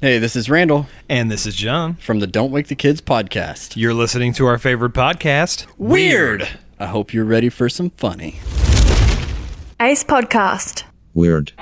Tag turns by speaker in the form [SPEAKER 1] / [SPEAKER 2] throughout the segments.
[SPEAKER 1] Hey, this is Randall
[SPEAKER 2] And this is John.
[SPEAKER 1] from the Don't Wake the Kids podcast.
[SPEAKER 2] You're listening to our favorite podcast,
[SPEAKER 1] I hope you're ready for some funny.
[SPEAKER 3] Ace Podcast.
[SPEAKER 4] Weird.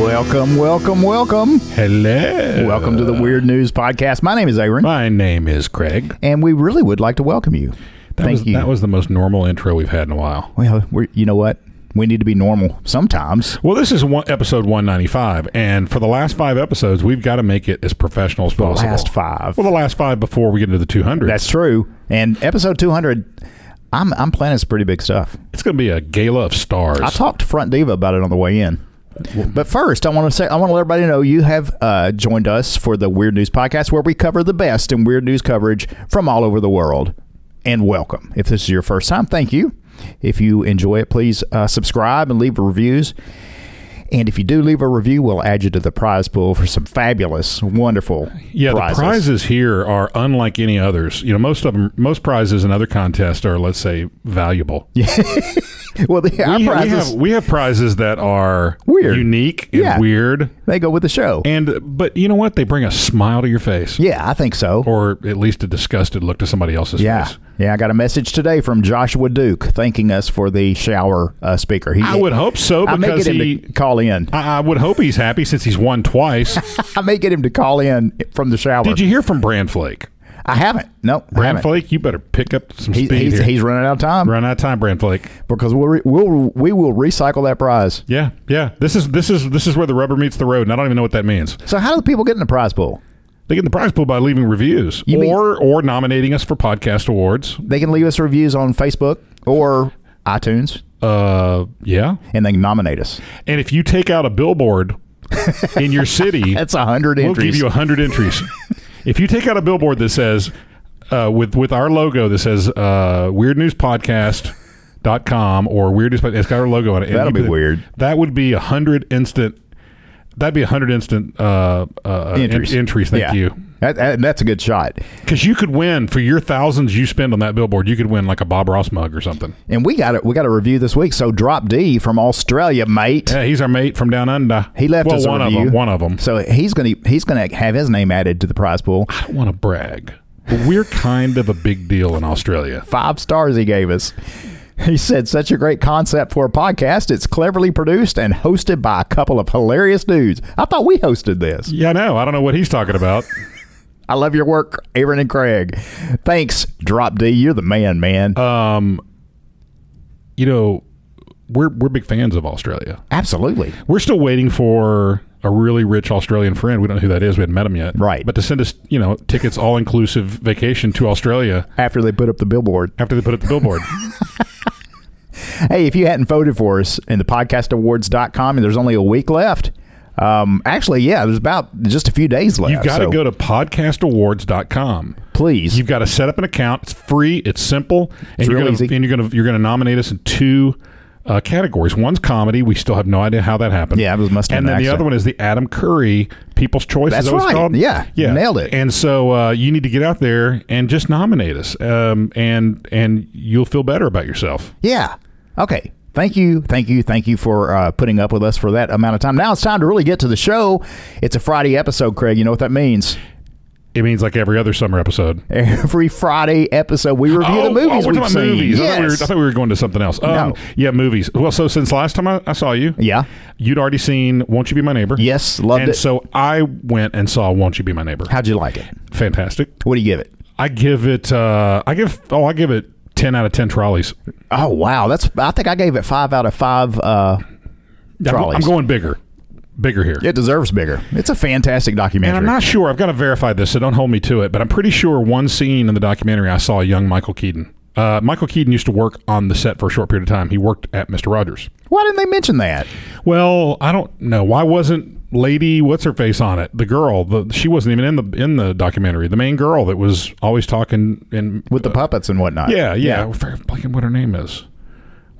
[SPEAKER 5] Welcome, welcome, welcome.
[SPEAKER 6] Hello.
[SPEAKER 5] Welcome to the Weird News Podcast. My name is Aaron,
[SPEAKER 6] My name is Craig.
[SPEAKER 5] and we really would like to welcome you.
[SPEAKER 6] That
[SPEAKER 5] Thank
[SPEAKER 6] was,
[SPEAKER 5] you.
[SPEAKER 6] That was the most normal intro we've had in a while.
[SPEAKER 5] well, we're, you know what? We need to be normal sometimes.
[SPEAKER 6] Well, this is one, episode 195, and for the last five episodes, we've got to make it as professional as possible.
[SPEAKER 5] last five.
[SPEAKER 6] Well, the last five before we get into the 200.
[SPEAKER 5] That's true. And episode 200, I'm, I'm planning some pretty big stuff.
[SPEAKER 6] It's going to be a gala of stars.
[SPEAKER 5] I talked to Front Diva about it on the way in. But first, I want to say I want to let everybody know you have uh, joined us for the Weird News Podcast, where we cover the best in weird news coverage from all over the world. And welcome. If this is your first time, thank you. If you enjoy it, please uh, subscribe and leave reviews. And if you do leave a review, we'll add you to the prize pool for some fabulous, wonderful
[SPEAKER 6] yeah,
[SPEAKER 5] prizes.
[SPEAKER 6] the prizes here are unlike any others. You know, most of them, most prizes in other contests are, let's say, valuable.
[SPEAKER 5] Well, the, our
[SPEAKER 6] we, we
[SPEAKER 5] prizes
[SPEAKER 6] have we have prizes that are
[SPEAKER 5] Weird.
[SPEAKER 6] unique, and
[SPEAKER 5] Yeah.
[SPEAKER 6] weird,
[SPEAKER 5] they go with the show.
[SPEAKER 6] and but you know what? They bring a smile to your face.
[SPEAKER 5] yeah, I think so.
[SPEAKER 6] or at least a disgusted look to somebody else's
[SPEAKER 5] Yeah.
[SPEAKER 6] face.
[SPEAKER 5] Yeah, I got a message today from Joshua Duke thanking us for the shower uh, speaker. He,
[SPEAKER 6] I would hope so
[SPEAKER 5] I may
[SPEAKER 6] because
[SPEAKER 5] get him
[SPEAKER 6] he.
[SPEAKER 5] to call in.
[SPEAKER 6] I I would hope he's happy since he's won twice.
[SPEAKER 5] I may get him to call in from the shower.
[SPEAKER 6] Did you hear from Brandflake?
[SPEAKER 5] I haven't. No, I haven't.
[SPEAKER 6] Brandflake, you better pick up some
[SPEAKER 5] He-
[SPEAKER 6] speed
[SPEAKER 5] he's,
[SPEAKER 6] here.
[SPEAKER 5] he's running out of time
[SPEAKER 6] Run out of time, Brandflake.
[SPEAKER 5] because we'll, re- we'll we will recycle that prize.
[SPEAKER 6] Yeah, yeah. This is this is this is where the rubber meets the road, and I don't even know what that means.
[SPEAKER 5] So how do the people get in the prize pool?
[SPEAKER 6] They get in the prize pool by leaving reviews,
[SPEAKER 5] You mean-
[SPEAKER 6] or or nominating us for podcast awards.
[SPEAKER 5] They can leave us reviews on Facebook or iTunes,
[SPEAKER 6] Uh, yeah.
[SPEAKER 5] and they can nominate us.
[SPEAKER 6] And if you take out a billboard in your city,
[SPEAKER 5] That's a hundred
[SPEAKER 6] We'll give
[SPEAKER 5] entries.
[SPEAKER 6] you 100 entries. if you take out a billboard that says, uh, with with our logo that says uh, Weird News Podcast. Dot com or weird news, Pod- it's got our logo on it. and
[SPEAKER 5] That'll
[SPEAKER 6] you
[SPEAKER 5] be
[SPEAKER 6] put-
[SPEAKER 5] weird.
[SPEAKER 6] That would be a hundred instant. That'd be a hundred instant uh, uh,
[SPEAKER 5] entries.
[SPEAKER 6] entries. entries thank
[SPEAKER 5] Yeah.
[SPEAKER 6] you,
[SPEAKER 5] That, that- that's a good shot.
[SPEAKER 6] because you could win for your thousands you spend on that billboard. You could win like a Bob Ross mug or something.
[SPEAKER 5] And we got it. We got a review this week. So drop D from Australia, mate.
[SPEAKER 6] Yeah, he's our mate from down under.
[SPEAKER 5] He left
[SPEAKER 6] well,
[SPEAKER 5] us a
[SPEAKER 6] one
[SPEAKER 5] review.
[SPEAKER 6] of them. One of them.
[SPEAKER 5] So he's gonna he's gonna have his name added to the prize pool.
[SPEAKER 6] I don't want to brag, but we're kind of a big deal in Australia.
[SPEAKER 5] Five stars he gave us. He said, "Such a great concept for a podcast. It's cleverly produced and hosted by a couple of hilarious dudes. I thought we hosted this.
[SPEAKER 6] Yeah, I know. I don't know what he's talking about.
[SPEAKER 5] I love your work, Aaron and Craig. Thanks, Drop D. You're the man, man.
[SPEAKER 6] Uh, you know, we're we're big fans of Australia.
[SPEAKER 5] Absolutely.
[SPEAKER 6] We're still waiting for a really rich Australian friend. We don't know who that is. We hadn't met him yet.
[SPEAKER 5] Right.
[SPEAKER 6] But to send us, you know, tickets, all inclusive vacation to Australia
[SPEAKER 5] After they put up the billboard,
[SPEAKER 6] after they put up the billboard.
[SPEAKER 5] hey, if you hadn't voted for us in the podcastawards.com, and there's only a week left. Um, actually, yeah, there's about just a few days left.
[SPEAKER 6] You've got to go to podcastawards.com.
[SPEAKER 5] please.
[SPEAKER 6] You've got to set up an account. It's free. It's simple. And
[SPEAKER 5] It's
[SPEAKER 6] you're
[SPEAKER 5] real
[SPEAKER 6] gonna,
[SPEAKER 5] easy.
[SPEAKER 6] And you're gonna you're gonna nominate us in two uh, categories. One's comedy. We still have no idea how that happened.
[SPEAKER 5] Yeah, it was- must have
[SPEAKER 6] And
[SPEAKER 5] been
[SPEAKER 6] then
[SPEAKER 5] an
[SPEAKER 6] the
[SPEAKER 5] accident.
[SPEAKER 6] other one is the Adam Curry People's Choice.
[SPEAKER 5] That's
[SPEAKER 6] is that what it's
[SPEAKER 5] right.
[SPEAKER 6] called?
[SPEAKER 5] Yeah.
[SPEAKER 6] yeah,
[SPEAKER 5] Nailed it.
[SPEAKER 6] And so uh, you need to get out there and just nominate us, um, and and you'll feel better about yourself.
[SPEAKER 5] Yeah. Okay. Thank you, thank you, thank you for uh, putting up with us for that amount of time. Now it's time to really get to the show. It's a Friday episode, Craig. You know what that means?
[SPEAKER 6] It means like every other summer episode.
[SPEAKER 5] Every Friday episode, we review
[SPEAKER 6] Oh,
[SPEAKER 5] the movies
[SPEAKER 6] oh, we're
[SPEAKER 5] we've
[SPEAKER 6] talking
[SPEAKER 5] seen.
[SPEAKER 6] movies. I, thought we were, I
[SPEAKER 5] Yes.
[SPEAKER 6] thought we were going to something else. Um,
[SPEAKER 5] No.
[SPEAKER 6] Yeah, movies. Well, so since last time I, I saw you,
[SPEAKER 5] Yeah.
[SPEAKER 6] you'd already seen Won't You Be My Neighbor?
[SPEAKER 5] Yes, loved
[SPEAKER 6] and
[SPEAKER 5] it.
[SPEAKER 6] so I went and saw Won't You Be My Neighbor.
[SPEAKER 5] How'd you like it?
[SPEAKER 6] Fantastic.
[SPEAKER 5] What do you give it?
[SPEAKER 6] I give it. Uh, I give. Oh, I give it ten out of ten trolleys.
[SPEAKER 5] Oh wow, that's I think I gave it five out of five. Uh,
[SPEAKER 6] I'm-
[SPEAKER 5] Trolleys.
[SPEAKER 6] I'm going bigger, bigger here.
[SPEAKER 5] it deserves bigger. It's a fantastic documentary.
[SPEAKER 6] And I'm not sure. I've got to verify this, so don't hold me to it. But I'm pretty sure one scene in the documentary, I saw a young Michael Keaton. Uh, Michael Keaton used to work on the set for a short period of time. He worked at Mister Rogers.
[SPEAKER 5] Why didn't they mention that?
[SPEAKER 6] Well, I don't know. Why wasn't lady, what's her face on it? The girl, the, she wasn't even in the in the documentary. The main girl that was always talking and
[SPEAKER 5] with the puppets and whatnot.
[SPEAKER 6] yeah, yeah. I forget fucking what her name is.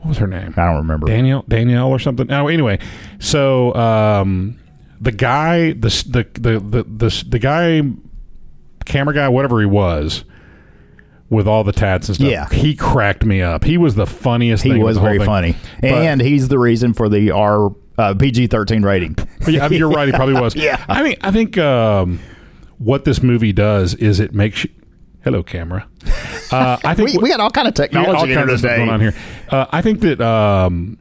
[SPEAKER 6] What was her name?
[SPEAKER 5] I don't remember.
[SPEAKER 6] Danielle, Danielle or something. Oh, anyway, so um, the guy, the s- the the the the, s- the guy, camera guy, whatever he was. With all the tats and stuff,
[SPEAKER 5] Yeah.
[SPEAKER 6] he cracked me up. He was the funniest.
[SPEAKER 5] He
[SPEAKER 6] thing in
[SPEAKER 5] was
[SPEAKER 6] the whole
[SPEAKER 5] very
[SPEAKER 6] thing.
[SPEAKER 5] funny, and he's the reason for the R uh, PG thirteen rating.
[SPEAKER 6] But yeah, I mean, you're right. He probably was.
[SPEAKER 5] Yeah.
[SPEAKER 6] I mean, I think um, what this movie does is it makes you. Hello, camera. Uh, I think
[SPEAKER 5] We, we got all kind of
[SPEAKER 6] yeah,
[SPEAKER 5] technology
[SPEAKER 6] all
[SPEAKER 5] here
[SPEAKER 6] kinds of stuff
[SPEAKER 5] today.
[SPEAKER 6] going on here. Uh, I think that um,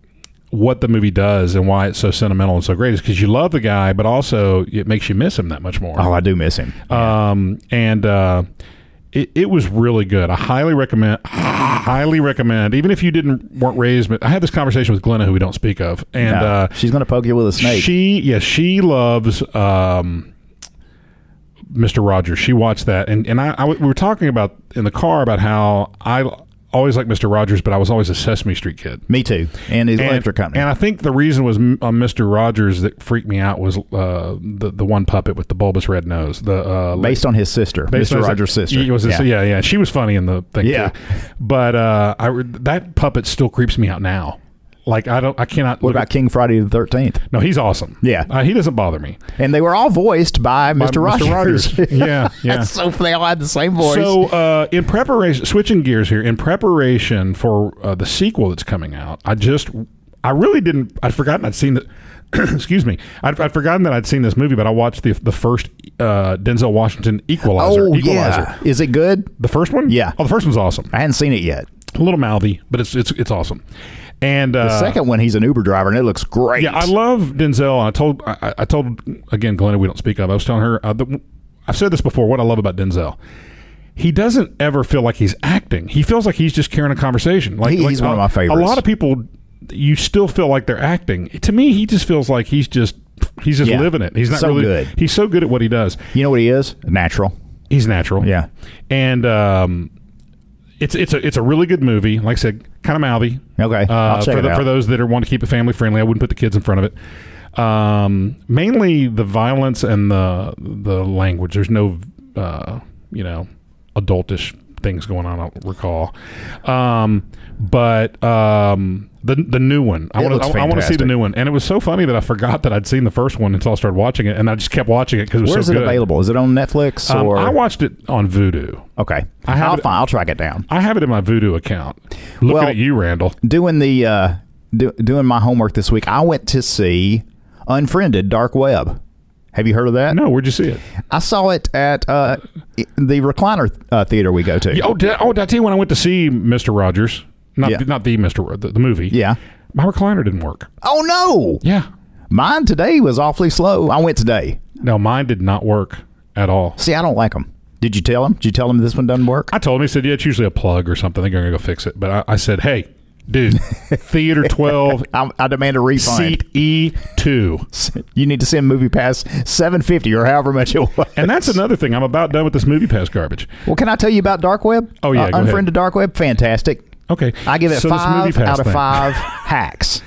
[SPEAKER 6] what the movie does and why it's so sentimental and so great is because you love the guy, but also it makes you miss him that much more.
[SPEAKER 5] Oh, I do miss him.
[SPEAKER 6] Um, and uh, it, it was really good. I highly recommend. Highly recommend. Even if you didn't weren't raised, but I had this conversation with Glenna, who we don't speak of, and
[SPEAKER 5] No.
[SPEAKER 6] uh,
[SPEAKER 5] she's gonna poke you with a snake.
[SPEAKER 6] she yeah, she loves um, Mr. Rogers. She watched that, and and I, I w- we were talking about in the car about how I always liked Mr. Rogers, but I was always a Sesame Street kid.
[SPEAKER 5] Me too. And his
[SPEAKER 6] And,
[SPEAKER 5] electric company.
[SPEAKER 6] and I think the reason was m- on Mr. Rogers that freaked me out was uh, the the one puppet with the bulbous red nose. The uh,
[SPEAKER 5] based on his sister,
[SPEAKER 6] based
[SPEAKER 5] Mr.
[SPEAKER 6] on-
[SPEAKER 5] Rogers' sister.
[SPEAKER 6] It was his-
[SPEAKER 5] yeah.
[SPEAKER 6] yeah. yeah, She was funny in the thing.
[SPEAKER 5] Yeah.
[SPEAKER 6] too. but uh, I re- that puppet still creeps me out now. Like I don't, I cannot.
[SPEAKER 5] What
[SPEAKER 6] look
[SPEAKER 5] about
[SPEAKER 6] at-
[SPEAKER 5] King Friday the Thirteenth?
[SPEAKER 6] no, he's awesome.
[SPEAKER 5] Yeah.
[SPEAKER 6] uh, he doesn't bother me.
[SPEAKER 5] And they were all voiced by,
[SPEAKER 6] By
[SPEAKER 5] Mr. Rogers.
[SPEAKER 6] Rogers. yeah, yeah.
[SPEAKER 5] That's so they all had the same voice.
[SPEAKER 6] So, uh, in preparation, switching gears here, in preparation for uh, the sequel that's coming out, I just, I really didn't, I'd forgotten I'd seen the, excuse me, I'd, I'd forgotten that I'd seen this movie, but I watched the the first uh, Denzel Washington Equalizer.
[SPEAKER 5] oh
[SPEAKER 6] Equalizer.
[SPEAKER 5] yeah, is it good?
[SPEAKER 6] The first one?
[SPEAKER 5] Yeah.
[SPEAKER 6] Oh, the first one's awesome.
[SPEAKER 5] I hadn't seen it yet.
[SPEAKER 6] A little mouthy, but it's it's it's awesome. And uh,
[SPEAKER 5] The second one, he's an Uber driver, and it looks great.
[SPEAKER 6] yeah, I love Denzel. I told I, I- I told again, Glenna, we don't speak of. I was telling her uh, the, I've said this before. What I love about Denzel, he doesn't ever feel like he's acting. He feels like he's just carrying a conversation. Like
[SPEAKER 5] He-
[SPEAKER 6] like,
[SPEAKER 5] he's one of
[SPEAKER 6] a-
[SPEAKER 5] my
[SPEAKER 6] A
[SPEAKER 5] favorites.
[SPEAKER 6] lot of people, you still feel like they're acting. To me, he just feels like he's just he's just
[SPEAKER 5] Yeah.
[SPEAKER 6] living it. He's not
[SPEAKER 5] So
[SPEAKER 6] really.
[SPEAKER 5] good.
[SPEAKER 6] He's so good at what he does.
[SPEAKER 5] You know what he is? Natural.
[SPEAKER 6] He's natural.
[SPEAKER 5] Yeah.
[SPEAKER 6] and um, it's it's a it's a really good movie. Like I said, kind of mouthy.
[SPEAKER 5] Okay, I'll
[SPEAKER 6] Uh,
[SPEAKER 5] check
[SPEAKER 6] for,
[SPEAKER 5] it
[SPEAKER 6] the,
[SPEAKER 5] out.
[SPEAKER 6] for those that are want to keep it family friendly, I wouldn't put the kids in front of it. Um, mainly the violence and the the language. There's no uh, you know adultish things going on. I recall, um, but um, the the new one. I
[SPEAKER 5] It
[SPEAKER 6] want
[SPEAKER 5] looks
[SPEAKER 6] to I, want to see the
[SPEAKER 5] fantastic.
[SPEAKER 6] new one. And it was so funny that I forgot that I'd seen the first one until I started watching it, and I just kept watching it because it was
[SPEAKER 5] Where is
[SPEAKER 6] so
[SPEAKER 5] it
[SPEAKER 6] good.
[SPEAKER 5] available? Is it on Netflix
[SPEAKER 6] Um,
[SPEAKER 5] or?
[SPEAKER 6] I watched it on Vudu.
[SPEAKER 5] okay,
[SPEAKER 6] I have
[SPEAKER 5] I'll
[SPEAKER 6] it-
[SPEAKER 5] find. I'll track it down.
[SPEAKER 6] I have it in my Voodoo account. Looking
[SPEAKER 5] Well-
[SPEAKER 6] at you, Randall.
[SPEAKER 5] Doing the uh, do, doing my homework this week. I went to see Unfriended Dark Web. Have you heard of that?
[SPEAKER 6] No, where'd you see it?
[SPEAKER 5] I saw it at uh, the recliner uh, theater we go to.
[SPEAKER 6] Yeah, oh, did, oh, did I tell you when I went to see Mister Rogers? Not
[SPEAKER 5] Yeah.
[SPEAKER 6] not the Mister the, the movie.
[SPEAKER 5] Yeah.
[SPEAKER 6] my recliner didn't work.
[SPEAKER 5] Oh no!
[SPEAKER 6] Yeah,
[SPEAKER 5] Mine today was awfully slow. I went today.
[SPEAKER 6] no, mine did not work at all.
[SPEAKER 5] See, I don't like them. Did you tell him? Did you tell him this one doesn't work?
[SPEAKER 6] I told him. He said, "Yeah, it's usually a plug or something. They're gonna go fix it." But I, I said, "Hey, dude, theater twelve,
[SPEAKER 5] I, I demand a refund.
[SPEAKER 6] seat E two.
[SPEAKER 5] You need to send Movie Pass seven fifty or however much it was.
[SPEAKER 6] And that's another thing. I'm about done with this movie pass garbage.
[SPEAKER 5] well, can I tell you about Dark Web? Uh,
[SPEAKER 6] Oh, yeah, go ahead.
[SPEAKER 5] unfriended Dark Web, fantastic.
[SPEAKER 6] Okay,
[SPEAKER 5] I give it
[SPEAKER 6] So this
[SPEAKER 5] five
[SPEAKER 6] MoviePass
[SPEAKER 5] out of
[SPEAKER 6] thing.
[SPEAKER 5] five hacks.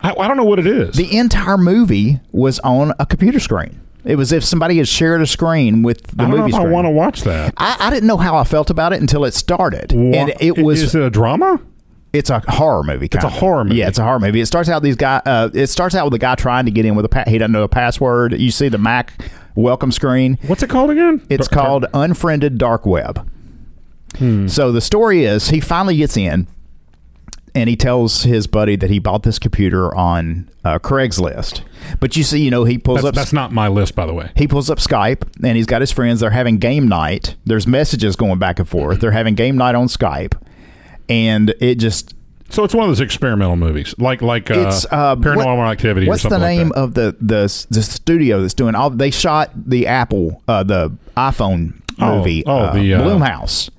[SPEAKER 6] I, I don't know what it is.
[SPEAKER 5] The entire movie was on a computer screen. It was if somebody had shared a screen with the
[SPEAKER 6] I don't know
[SPEAKER 5] movie
[SPEAKER 6] if
[SPEAKER 5] screen.
[SPEAKER 6] I want to watch that.
[SPEAKER 5] I, I didn't know how I felt about it until it started, and
[SPEAKER 6] Wha-
[SPEAKER 5] it was
[SPEAKER 6] Is it a drama?
[SPEAKER 5] it's a horror movie. Kind
[SPEAKER 6] a horror movie.
[SPEAKER 5] Yeah, it's a horror movie. It starts out these guy. Uh, it starts out with a guy trying to get in with a pa- he doesn't know a password. You see the Mac welcome screen.
[SPEAKER 6] What's it called again?
[SPEAKER 5] It's
[SPEAKER 6] Dar-
[SPEAKER 5] called Unfriended Dark Web.
[SPEAKER 6] Hmm.
[SPEAKER 5] So the story is he finally gets in, and he tells his buddy that he bought this computer on uh, Craigslist. But you see, you know, he pulls
[SPEAKER 6] That's,
[SPEAKER 5] up
[SPEAKER 6] that's not my list, by the way.
[SPEAKER 5] he pulls up Skype and he's got his friends. They're having game night. There's messages going back and forth. They're having game night on Skype, and it just
[SPEAKER 6] So it's one of those experimental movies, like like uh,
[SPEAKER 5] it's uh,
[SPEAKER 6] Paranormal
[SPEAKER 5] what-
[SPEAKER 6] Activity.
[SPEAKER 5] What's
[SPEAKER 6] or something
[SPEAKER 5] the
[SPEAKER 6] like
[SPEAKER 5] name
[SPEAKER 6] that.
[SPEAKER 5] of the, the the studio that's doing all? They shot the Apple, uh, the iPhone
[SPEAKER 6] Oh,
[SPEAKER 5] movie.
[SPEAKER 6] oh, the, uh,
[SPEAKER 5] Bloomhouse.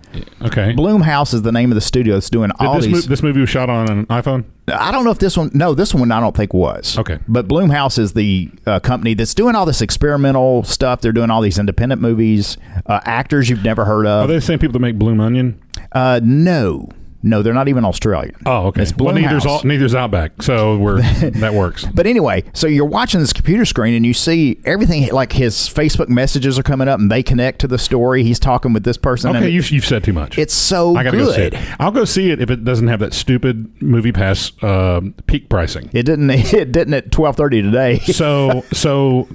[SPEAKER 6] Okay.
[SPEAKER 5] Bloomhouse is the name of the studio that's doing
[SPEAKER 6] Did
[SPEAKER 5] all
[SPEAKER 6] this, mo-
[SPEAKER 5] these.
[SPEAKER 6] this movie was shot on an iPhone.
[SPEAKER 5] I don't know if this one. No, this one I don't think was.
[SPEAKER 6] Okay.
[SPEAKER 5] But Bloomhouse is the uh, company that's doing all this experimental stuff. They're doing all these independent movies, uh, actors you've never heard
[SPEAKER 6] Are
[SPEAKER 5] of.
[SPEAKER 6] they the same people that make Bloom Onion?
[SPEAKER 5] Uh, no, No, they're not even Australian.
[SPEAKER 6] Oh, okay.
[SPEAKER 5] It's
[SPEAKER 6] well, neither's
[SPEAKER 5] Blumhouse.
[SPEAKER 6] all, neither's Outback, so we're that works.
[SPEAKER 5] But anyway, so you're watching this computer screen and you see everything like his Facebook messages are coming up and they connect to the story. He's talking with this person.
[SPEAKER 6] Okay,
[SPEAKER 5] and
[SPEAKER 6] you've, you've said too much.
[SPEAKER 5] it's so
[SPEAKER 6] I gotta go see
[SPEAKER 5] good.
[SPEAKER 6] it. I'll go see it if it doesn't have that stupid movie pass um peak pricing.
[SPEAKER 5] It didn't. It didn't at twelve thirty today.
[SPEAKER 6] So so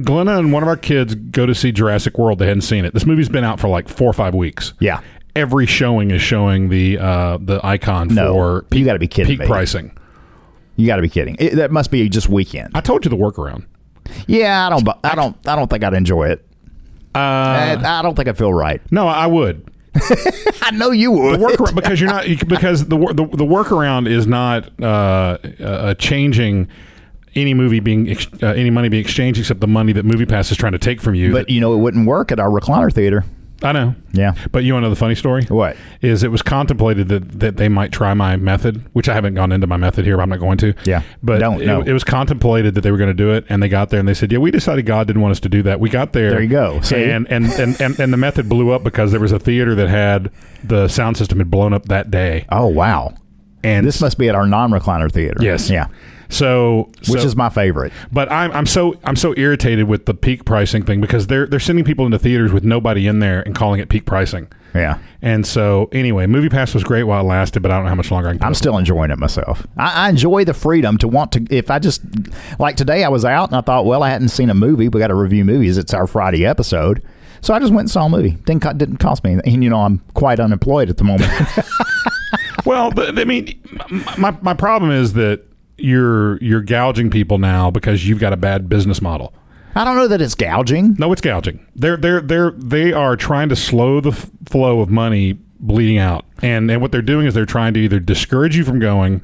[SPEAKER 6] Glenna and one of our kids go to see Jurassic World. They hadn't seen it. This movie's been out for like four or five weeks.
[SPEAKER 5] Yeah.
[SPEAKER 6] Every showing is showing the uh, the icon
[SPEAKER 5] No,
[SPEAKER 6] for
[SPEAKER 5] you gotta be kidding
[SPEAKER 6] peak
[SPEAKER 5] me.
[SPEAKER 6] pricing.
[SPEAKER 5] You got to be kidding. It, that must be just weekend.
[SPEAKER 6] I told you the workaround.
[SPEAKER 5] Yeah, I don't. bu- I Uh, don't. I don't think I'd enjoy it. I, I don't think I feel right.
[SPEAKER 6] No, I would.
[SPEAKER 5] I know you would.
[SPEAKER 6] The workaround because you're not you, can- because the wor- the, the workaround is not uh, uh, changing any movie being ex- uh, any money being exchanged except the money that MoviePass is trying to take from you.
[SPEAKER 5] but you know it wouldn't work at our recliner theater.
[SPEAKER 6] I know.
[SPEAKER 5] Yeah.
[SPEAKER 6] But you want to know the funny story?
[SPEAKER 5] What?
[SPEAKER 6] Is it was contemplated that, that they might try my method, which I haven't gone into my method here, but I'm not going to.
[SPEAKER 5] Yeah.
[SPEAKER 6] But
[SPEAKER 5] Don't,
[SPEAKER 6] it,
[SPEAKER 5] no.
[SPEAKER 6] it was contemplated that they were going to do it, and they got there and they said, Yeah, we decided God didn't want us to do that. We got there.
[SPEAKER 5] There you go. See?
[SPEAKER 6] And, and, and, and, and the method blew up because there was a theater that had the sound system had blown up that day.
[SPEAKER 5] Oh wow.
[SPEAKER 6] And
[SPEAKER 5] This must be at our non-recliner theater.
[SPEAKER 6] Yes.
[SPEAKER 5] Yeah.
[SPEAKER 6] so
[SPEAKER 5] Which
[SPEAKER 6] so-
[SPEAKER 5] is my favorite.
[SPEAKER 6] But I'm I'm so I'm so irritated with the peak pricing thing because they're they're sending people into theaters with nobody in there and calling it peak pricing.
[SPEAKER 5] Yeah.
[SPEAKER 6] And so anyway, Movie Pass was great while it lasted, but I don't know how much longer I can. put
[SPEAKER 5] I'm
[SPEAKER 6] up
[SPEAKER 5] still enjoying it myself. I, I enjoy the freedom to want to. If I just like today, I was out and I thought, well, I hadn't seen a movie. We got to review movies. It's our Friday episode, so I just went and saw a movie. Didn't co- didn't cost me. anything. And you know, I'm quite unemployed at the moment.
[SPEAKER 6] Well, th I mean, m- my my problem is that you're you're gouging people now because you've got a bad business model.
[SPEAKER 5] I don't know that it's gouging.
[SPEAKER 6] No, it's gouging. They're they're they're they are trying to slow the f- flow of money bleeding out, and and what they're doing is they're trying to either discourage you from going,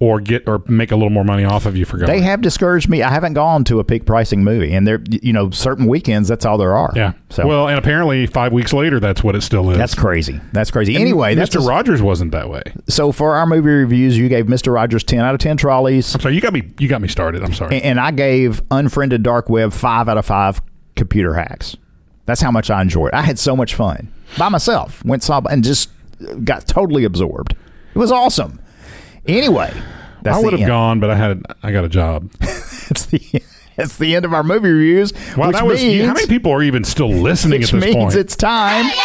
[SPEAKER 6] or get or make a little more money off of you for going.
[SPEAKER 5] They have discouraged me. I haven't gone to a peak pricing movie, and there, you know, certain weekends that's all there are.
[SPEAKER 6] yeah.
[SPEAKER 5] So
[SPEAKER 6] Well, and apparently five weeks later, that's what it still is.
[SPEAKER 5] that's crazy. That's crazy. Anyway, that's
[SPEAKER 6] Mr. Rogers wasn't that way.
[SPEAKER 5] so for our movie reviews, you gave Mister Rogers ten out of ten trolleys,
[SPEAKER 6] I'm sorry. You got me. You got me started. I'm sorry.
[SPEAKER 5] and, and I gave Unfriended Dark Web five out of five computer hacks. That's how much I enjoyed. it. I had so much fun by myself. Went saw and just got totally absorbed. It was awesome. Anyway, that's
[SPEAKER 6] I
[SPEAKER 5] the
[SPEAKER 6] would have
[SPEAKER 5] end.
[SPEAKER 6] gone, but I had I got a job.
[SPEAKER 5] That's the that's the end of our movie reviews.
[SPEAKER 6] Wow,
[SPEAKER 5] which
[SPEAKER 6] that was
[SPEAKER 5] means,
[SPEAKER 6] how many people are even still listening at
[SPEAKER 5] which
[SPEAKER 6] this
[SPEAKER 5] means
[SPEAKER 6] point?
[SPEAKER 5] it's time.
[SPEAKER 4] Everybody,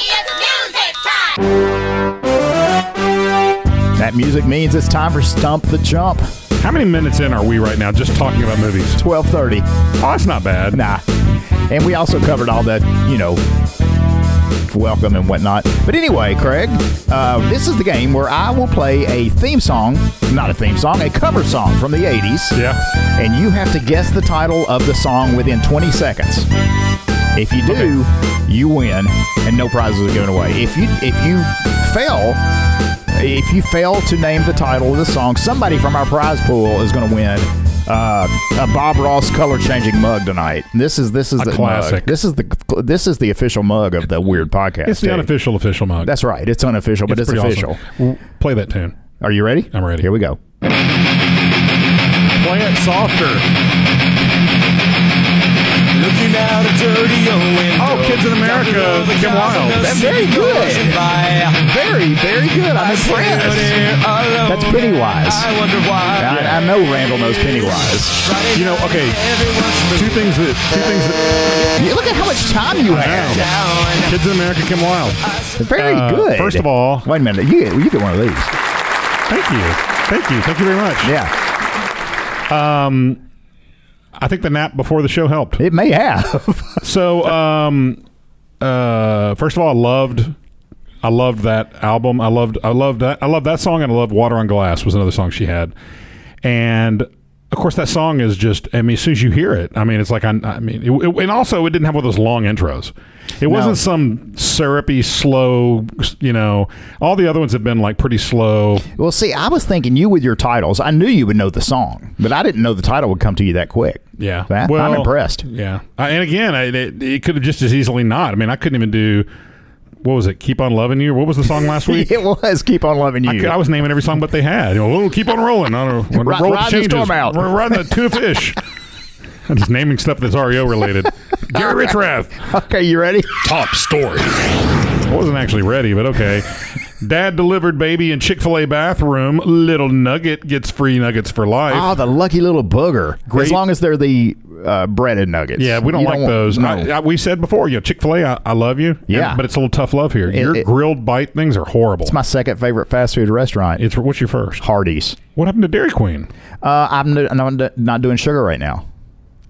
[SPEAKER 4] it's music time!
[SPEAKER 5] That music means it's time for Stump the Jump.
[SPEAKER 6] How many minutes in are we right now just talking about movies? Oh,
[SPEAKER 5] 1230.
[SPEAKER 6] that's not bad.
[SPEAKER 5] Nah. And we also covered all the, you know, welcome and whatnot. But anyway, Craig, uh, this is the game where I will play a theme song, not a theme song, a cover song from the 80s.
[SPEAKER 6] Yeah.
[SPEAKER 5] And you have to guess the title of the song within 20 seconds. If you do, you win, and no prizes are given away. If you if you fail, if you fail to name the title of the song, somebody from our prize pool is going to win uh, a Bob Ross color changing mug tonight. This is this is
[SPEAKER 6] A
[SPEAKER 5] the mug.
[SPEAKER 6] classic.
[SPEAKER 5] This is the this is the official mug of the Weird Podcast.
[SPEAKER 6] It's the
[SPEAKER 5] too.
[SPEAKER 6] unofficial official mug.
[SPEAKER 5] That's right. It's unofficial, but it's,
[SPEAKER 6] pretty
[SPEAKER 5] official.
[SPEAKER 6] awesome. W- Play that tune.
[SPEAKER 5] Are you ready?
[SPEAKER 6] I'm ready.
[SPEAKER 5] Here we go.
[SPEAKER 7] Play it softer. Looking out a dirty old window.
[SPEAKER 6] Oh, Kids in America, Kim Wilde.
[SPEAKER 5] That's very good. Very very good. I'm impressed.
[SPEAKER 7] That's
[SPEAKER 5] That's Pennywise.
[SPEAKER 7] I wonder why.
[SPEAKER 5] I, I know Randall knows Pennywise.
[SPEAKER 6] You know, okay,
[SPEAKER 7] Everyone's
[SPEAKER 6] two things that two things that oh,
[SPEAKER 5] You- Look at how much time you have.
[SPEAKER 7] down.
[SPEAKER 6] Kids in America Kim Wilde.
[SPEAKER 5] Very
[SPEAKER 6] Uh,
[SPEAKER 5] good.
[SPEAKER 6] First of all,
[SPEAKER 5] Wait a minute. You get, you get one of these.
[SPEAKER 6] thank you, thank you, thank you very much.
[SPEAKER 5] Yeah.
[SPEAKER 6] I think the nap before the show helped.
[SPEAKER 5] It may have.
[SPEAKER 6] So, um, uh, first of all, I loved, I loved that album. I loved, I loved that, I loved that song, and I loved "Water on Glass" was another song she had, and of course that song is just. I mean, as soon as you hear it, I mean, it's like I, I mean, it, it- and also it didn't have one of those long intros. It wasn't some syrupy, slow, you know. All the other ones have been like pretty slow.
[SPEAKER 5] well, see, I was thinking you with your titles. I knew you would know the song, but I didn't know the title would come to you that quick.
[SPEAKER 6] Yeah,
[SPEAKER 5] That- I'm impressed.
[SPEAKER 6] Yeah, I, and again, I, it, it could have just as easily not. I mean, I couldn't even do what was it? Keep on loving you. What was the song last week?
[SPEAKER 5] It was Keep On Loving You.
[SPEAKER 6] I, could- I was naming every song but they had. You know, "Oh, keep on rolling. I don't know.
[SPEAKER 5] Ride-
[SPEAKER 6] roll
[SPEAKER 5] ride the
[SPEAKER 6] changes.
[SPEAKER 5] storm out.
[SPEAKER 6] R- Ride the two fish. I'm just naming stuff that's REO related. Gary Richrath.
[SPEAKER 5] okay, you ready?
[SPEAKER 6] Top story. I wasn't actually ready, but okay. Dad delivered baby in Chick fil A bathroom. Little nugget gets free nuggets for life.
[SPEAKER 5] Oh, the lucky little booger.
[SPEAKER 6] Great.
[SPEAKER 5] As long as they're the uh, breaded nuggets.
[SPEAKER 6] yeah, we don't
[SPEAKER 5] You
[SPEAKER 6] like
[SPEAKER 5] want-
[SPEAKER 6] those.
[SPEAKER 5] no.
[SPEAKER 6] I, I, we said before, you know, Chick fil A, I, I love you.
[SPEAKER 5] Yeah.
[SPEAKER 6] And- But it's a little tough love here. Your
[SPEAKER 5] it-
[SPEAKER 6] grilled bite things are horrible.
[SPEAKER 5] it's my second favorite fast food restaurant. It's
[SPEAKER 6] It's- what's your first?
[SPEAKER 5] Hardee's.
[SPEAKER 6] What happened to Dairy Queen?
[SPEAKER 5] Uh, I'm, n- I'm n- not doing sugar right now.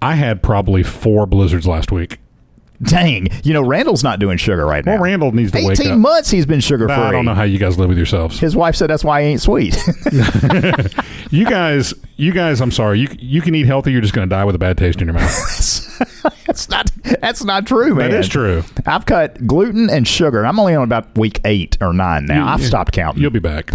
[SPEAKER 6] I had probably four blizzards last week.
[SPEAKER 5] Dang. You know, Randall's not doing sugar right now.
[SPEAKER 6] Well, Randall needs to wake
[SPEAKER 5] 18
[SPEAKER 6] up.
[SPEAKER 5] months he's been sugar free.
[SPEAKER 6] Nah, I don't know how you guys live with yourselves.
[SPEAKER 5] His wife said that's why he ain't sweet.
[SPEAKER 6] You guys, you guys, I'm sorry. You you can eat healthy. You're just going to die with a bad taste in your mouth.
[SPEAKER 5] that's not that's not true, man.
[SPEAKER 6] that is true.
[SPEAKER 5] I've cut gluten and sugar. I'm only on about week eight or nine now. I've stopped counting.
[SPEAKER 6] You'll be back.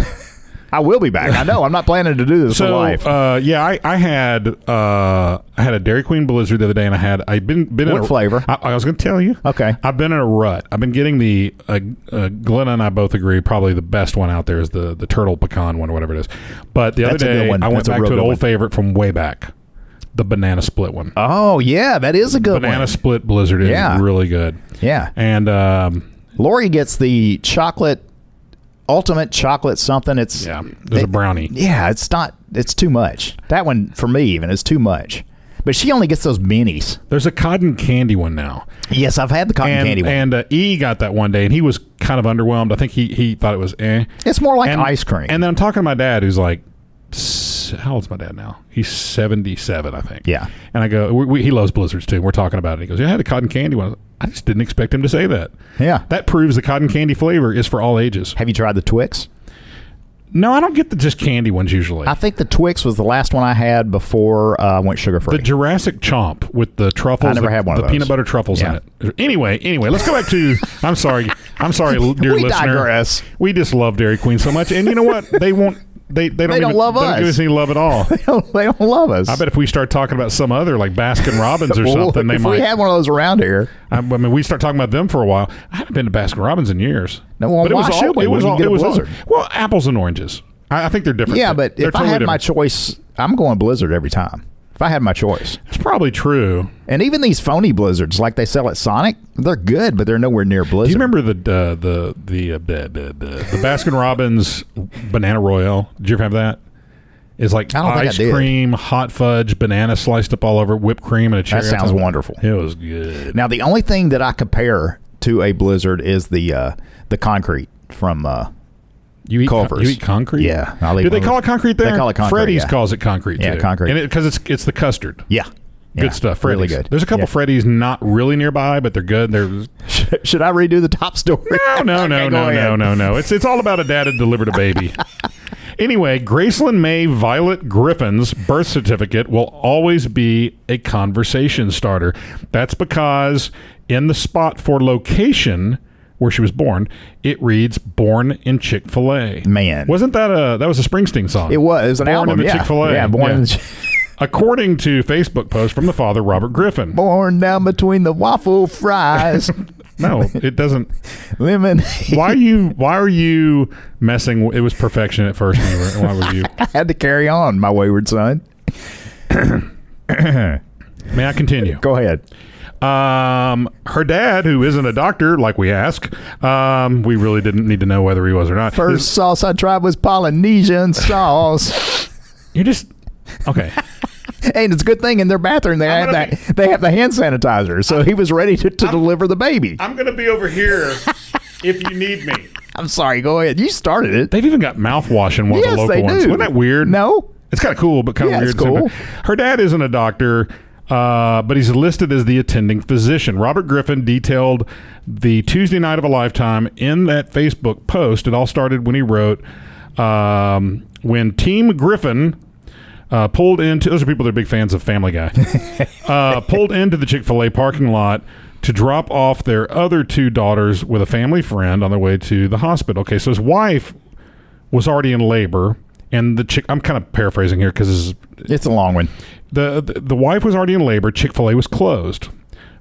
[SPEAKER 5] I will be back. I know. I'm not planning to do this for
[SPEAKER 6] So,
[SPEAKER 5] life.
[SPEAKER 6] uh, yeah, I, I had uh, I had a Dairy Queen Blizzard the other day, and I had I've been been in
[SPEAKER 5] What
[SPEAKER 6] a,
[SPEAKER 5] flavor?
[SPEAKER 6] I, I was going to tell you.
[SPEAKER 5] Okay.
[SPEAKER 6] I've been in a rut. I've been getting the uh, uh, Glenna and I both agree probably the best one out there is the the turtle pecan one or whatever it is. But the
[SPEAKER 5] That's a
[SPEAKER 6] other
[SPEAKER 5] good
[SPEAKER 6] day
[SPEAKER 5] one.
[SPEAKER 6] I went
[SPEAKER 5] That's a
[SPEAKER 6] back
[SPEAKER 5] real
[SPEAKER 6] to an
[SPEAKER 5] good
[SPEAKER 6] old
[SPEAKER 5] one.
[SPEAKER 6] favorite from way back, the banana split one.
[SPEAKER 5] oh yeah, that is a good
[SPEAKER 6] banana
[SPEAKER 5] one.
[SPEAKER 6] split Blizzard is
[SPEAKER 5] Yeah.
[SPEAKER 6] really good.
[SPEAKER 5] yeah,
[SPEAKER 6] And um,
[SPEAKER 5] Lori gets the chocolate, ultimate chocolate something. It's
[SPEAKER 6] yeah, there's a brownie.
[SPEAKER 5] yeah. It's not. It's too much. That one for me even is too much. But she only gets those minis.
[SPEAKER 6] There's a cotton candy one now.
[SPEAKER 5] Yes, I've had the cotton
[SPEAKER 6] and,
[SPEAKER 5] candy one.
[SPEAKER 6] And uh, E got that one day, and he was kind of underwhelmed. I think he he thought it was eh.
[SPEAKER 5] it's more like
[SPEAKER 6] and,
[SPEAKER 5] ice cream.
[SPEAKER 6] And then I'm talking to my dad, who's like, s- how old's my dad now? He's 77, I think.
[SPEAKER 5] Yeah.
[SPEAKER 6] And I go, we, we, he loves blizzards too. and We're talking about it. He goes, yeah, I had a cotton candy one. I just didn't expect him to say that.
[SPEAKER 5] Yeah.
[SPEAKER 6] That proves the cotton candy flavor is for all ages.
[SPEAKER 5] Have you tried the Twix?
[SPEAKER 6] No, I don't get the just candy ones usually.
[SPEAKER 5] I think the Twix was the last one I had before uh, I went sugar free.
[SPEAKER 6] the Jurassic Chomp with the truffles.
[SPEAKER 5] I never
[SPEAKER 6] the,
[SPEAKER 5] had one
[SPEAKER 6] The
[SPEAKER 5] of those.
[SPEAKER 6] peanut butter truffles
[SPEAKER 5] Yeah.
[SPEAKER 6] in it. Anyway, anyway, let's go back to. I'm sorry. I'm sorry, l- dear
[SPEAKER 5] We
[SPEAKER 6] listener.
[SPEAKER 5] digress.
[SPEAKER 6] We just love Dairy Queen so much, and you know what? They won't. They they don't,
[SPEAKER 5] They don't
[SPEAKER 6] even-
[SPEAKER 5] love
[SPEAKER 6] they
[SPEAKER 5] us.
[SPEAKER 6] Don't give us any love at all.
[SPEAKER 5] they, don't, they don't love us.
[SPEAKER 6] I bet if we start talking about some other like Baskin Robbins or
[SPEAKER 5] Well,
[SPEAKER 6] something, they
[SPEAKER 5] if
[SPEAKER 6] might.
[SPEAKER 5] we had one of those around here,
[SPEAKER 6] I, I mean, we start talking about them for a while. I haven't been to Baskin Robbins in years.
[SPEAKER 5] No, well,
[SPEAKER 6] but it was
[SPEAKER 5] why
[SPEAKER 6] all.
[SPEAKER 5] should we?
[SPEAKER 6] It was
[SPEAKER 5] We can
[SPEAKER 6] all.
[SPEAKER 5] get a
[SPEAKER 6] It was all.
[SPEAKER 5] blizzard.
[SPEAKER 6] Well, apples and oranges. I, I think they're different.
[SPEAKER 5] yeah. But
[SPEAKER 6] They're
[SPEAKER 5] if I
[SPEAKER 6] totally
[SPEAKER 5] had my
[SPEAKER 6] different.
[SPEAKER 5] choice, I'm going Blizzard every time. If I had my choice,
[SPEAKER 6] it's probably true.
[SPEAKER 5] and even these phony Blizzards like they sell at Sonic, they're good, but they're nowhere near Blizzard.
[SPEAKER 6] Do you remember the uh, the the uh, the, the, the, the Baskin Robbins Banana Royale? Did you ever have that? It's like
[SPEAKER 5] I don't think I
[SPEAKER 6] ice
[SPEAKER 5] did.
[SPEAKER 6] cream, hot fudge, banana sliced up all over, whipped cream, and a cherry.
[SPEAKER 5] That
[SPEAKER 6] on
[SPEAKER 5] sounds
[SPEAKER 6] top.
[SPEAKER 5] wonderful.
[SPEAKER 6] It was good.
[SPEAKER 5] Now the only thing that I compare to a Blizzard is the uh, the concrete from uh,
[SPEAKER 6] You eat con-
[SPEAKER 5] Culver's.
[SPEAKER 6] you eat concrete.
[SPEAKER 5] Yeah, I'll eat
[SPEAKER 6] Do they
[SPEAKER 5] one.
[SPEAKER 6] call it concrete
[SPEAKER 5] They
[SPEAKER 6] there?
[SPEAKER 5] call it concrete,
[SPEAKER 6] Freddy's
[SPEAKER 5] yeah.
[SPEAKER 6] calls it concrete.
[SPEAKER 5] Yeah,
[SPEAKER 6] too.
[SPEAKER 5] concrete.
[SPEAKER 6] and because it's it's the custard.
[SPEAKER 5] yeah,
[SPEAKER 6] Good
[SPEAKER 5] Yeah,
[SPEAKER 6] stuff. Freddy's.
[SPEAKER 5] Really good.
[SPEAKER 6] There's a couple
[SPEAKER 5] Yeah.
[SPEAKER 6] Freddy's not really nearby, but they're good. They're
[SPEAKER 5] Should I redo the top story?
[SPEAKER 6] No, no, no,
[SPEAKER 5] Okay, go
[SPEAKER 6] no, no,
[SPEAKER 5] ahead.
[SPEAKER 6] no, no. It's it's all about a dad who delivered a baby. anyway, Graceland May Violet Griffin's birth certificate will always be a conversation starter. That's because in the spot for location where she was born, it reads "Born in Chick Fil A."
[SPEAKER 5] Man.
[SPEAKER 6] wasn't that a that was a Springsteen song?
[SPEAKER 5] It was, it was an
[SPEAKER 6] Born
[SPEAKER 5] album.
[SPEAKER 6] in the
[SPEAKER 5] yeah.
[SPEAKER 6] Chick-fil-A.
[SPEAKER 5] Yeah, born in
[SPEAKER 6] Yeah.
[SPEAKER 5] the Chick-
[SPEAKER 6] According to Facebook post from the father, Robert Griffin.
[SPEAKER 5] born down between the waffle fries,
[SPEAKER 6] No, it doesn't.
[SPEAKER 5] lemon.
[SPEAKER 6] Why are you? Why are you messing? w- It was perfection at first. and you were- Why were you?
[SPEAKER 5] had to carry on, my wayward son.
[SPEAKER 6] May I continue?
[SPEAKER 5] Go ahead.
[SPEAKER 6] Um, her dad, who isn't a doctor, like we ask, um, we really didn't need to know whether he was or not.
[SPEAKER 5] First sauce I tried was Polynesian sauce,
[SPEAKER 6] you just okay.
[SPEAKER 5] and it's a good thing in their bathroom they have
[SPEAKER 6] gonna
[SPEAKER 5] that they have the hand sanitizer. So he was ready to, to deliver the baby.
[SPEAKER 6] I'm gonna be over here if you need me.
[SPEAKER 5] I'm sorry. Go ahead. You started it.
[SPEAKER 6] They've even got mouthwash in one of
[SPEAKER 5] yes,
[SPEAKER 6] the local
[SPEAKER 5] they do.
[SPEAKER 6] ones. Wasn't that weird?
[SPEAKER 5] No.
[SPEAKER 6] it's kind of cool, but kind of
[SPEAKER 5] Yeah,
[SPEAKER 6] weird.
[SPEAKER 5] it's
[SPEAKER 6] at the same
[SPEAKER 5] cool.
[SPEAKER 6] time. Her dad isn't a doctor, uh, but he's listed as the attending physician. Robert Griffin detailed the Tuesday night of a lifetime in that Facebook post. It all started when he wrote, um, "When Team Griffin." Uh, pulled into those are people that are big fans of Family Guy. uh, pulled into the Chick Fil A parking lot to drop off their other two daughters with a family friend on their way to the hospital. Okay, so his wife was already in labor, and the chick. I'm kind of paraphrasing here because
[SPEAKER 5] It's a long one.
[SPEAKER 6] the, the the wife was already in labor. Chick Fil A was closed,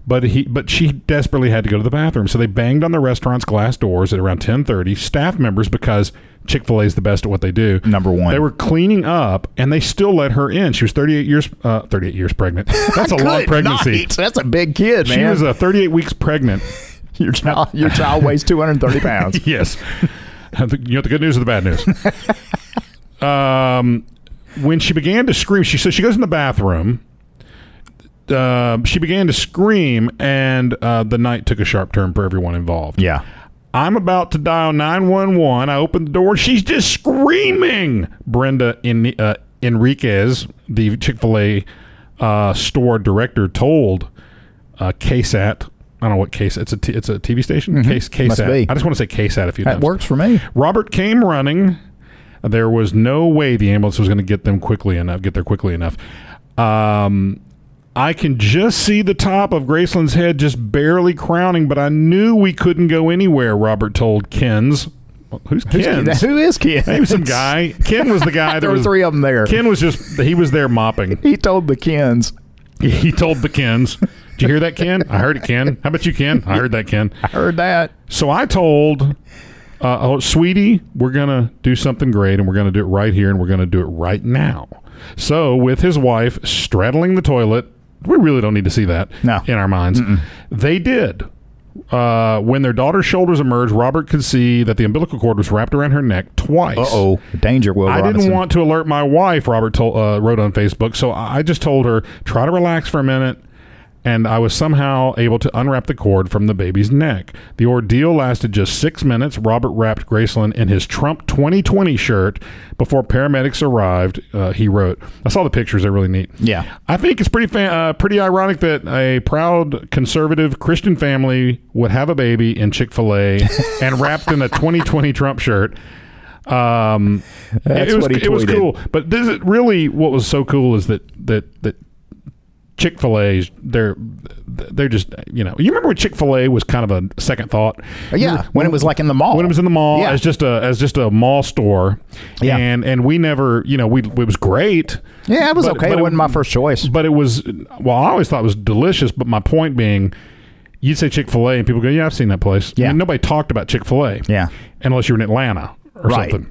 [SPEAKER 6] but he but she desperately had to go to the bathroom, so they banged on the restaurant's glass doors at around 10:30. Staff members because Chick Fil A is the best at what they do.
[SPEAKER 5] Number one.
[SPEAKER 6] they were cleaning up, and they still let her in. She was 38 years uh, 38 years pregnant. That's a long
[SPEAKER 5] Good
[SPEAKER 6] pregnancy.
[SPEAKER 5] night. That's a big kid, man.
[SPEAKER 6] She was uh, 38 weeks pregnant.
[SPEAKER 5] your child. Your child weighs 230 pounds.
[SPEAKER 6] yes. you know the good news or the bad news. um, when she began to scream, she so she goes in the bathroom. Uh, she began to scream, and uh, the night took a sharp turn for everyone involved.
[SPEAKER 5] Yeah.
[SPEAKER 6] I'm about to dial 911. I open the door. She's just screaming. Brenda en- uh, Enriquez, the Chick fil A uh, store director, told uh, KSAT. I don't know what KSAT. It's a, t- it's a TV station? Case, KSAT.
[SPEAKER 5] Mm-hmm. Must be.
[SPEAKER 6] I just want to say KSAT a few
[SPEAKER 5] That
[SPEAKER 6] times.
[SPEAKER 5] works for me.
[SPEAKER 6] Robert came running. There was no way the ambulance was going to get them quickly enough. Get there quickly enough. Um, I can just see the top of Graceland's head just barely crowning, but I knew we couldn't go anywhere. Robert told Ken's. Well, who's Ken's?
[SPEAKER 5] Who is Ken?
[SPEAKER 6] He was some guy. Ken was the guy. that
[SPEAKER 5] There were
[SPEAKER 6] was,
[SPEAKER 5] three of them there.
[SPEAKER 6] Ken was just he was there mopping.
[SPEAKER 5] He told the Kens.
[SPEAKER 6] He told the Kens. Did you hear that, Ken? I heard it, Ken. How about you, Ken? I heard that, Ken.
[SPEAKER 5] Heard that.
[SPEAKER 6] So I told, uh, oh, sweetie, we're going to do something great and we're going to do it right here and we're going to do it right now. So, with his wife straddling the toilet, we really don't need to see that
[SPEAKER 5] No.
[SPEAKER 6] in our minds. They did. Uh, when their daughter's shoulders emerged, Robert could see that the umbilical cord was wrapped around her neck twice.
[SPEAKER 5] Danger, Will
[SPEAKER 6] I
[SPEAKER 5] Robinson.
[SPEAKER 6] didn't want to alert my wife, Robert told, uh, wrote on Facebook, so I I just told her, try to relax for a minute. And I was somehow able to unwrap the cord from the baby's neck. The ordeal lasted just six minutes. Robert wrapped Graceland in his Trump 2020 shirt before paramedics arrived. Uh, he wrote, "I saw the pictures; they're really neat."
[SPEAKER 5] Yeah.
[SPEAKER 6] I think it's pretty fa- uh, pretty ironic that a proud conservative Christian family would have a baby in Chick Fil A and wrapped in a 2020 Trump shirt. Um,
[SPEAKER 5] That's
[SPEAKER 6] it was,
[SPEAKER 5] what he
[SPEAKER 6] it was
[SPEAKER 5] tweeted.
[SPEAKER 6] cool, but this is really what was so cool is that that that Chick Fil A's they're they're just you know you remember when Chick Fil A was kind of a second thought
[SPEAKER 5] Yeah, when it was like in the mall.
[SPEAKER 6] when it was in the mall
[SPEAKER 5] Yeah.
[SPEAKER 6] as just a as just a mall store
[SPEAKER 5] Yeah.
[SPEAKER 6] and and we never you know we it was great
[SPEAKER 5] yeah, it was
[SPEAKER 6] but-
[SPEAKER 5] okay.
[SPEAKER 6] but
[SPEAKER 5] it wasn't my first choice.
[SPEAKER 6] but it was well I always thought it was delicious but my point being you'd say Chick Fil A and people go yeah I've seen that place
[SPEAKER 5] Yeah.
[SPEAKER 6] and nobody talked about Chick Fil A
[SPEAKER 5] Yeah.
[SPEAKER 6] unless you were in Atlanta or
[SPEAKER 5] Right.
[SPEAKER 6] something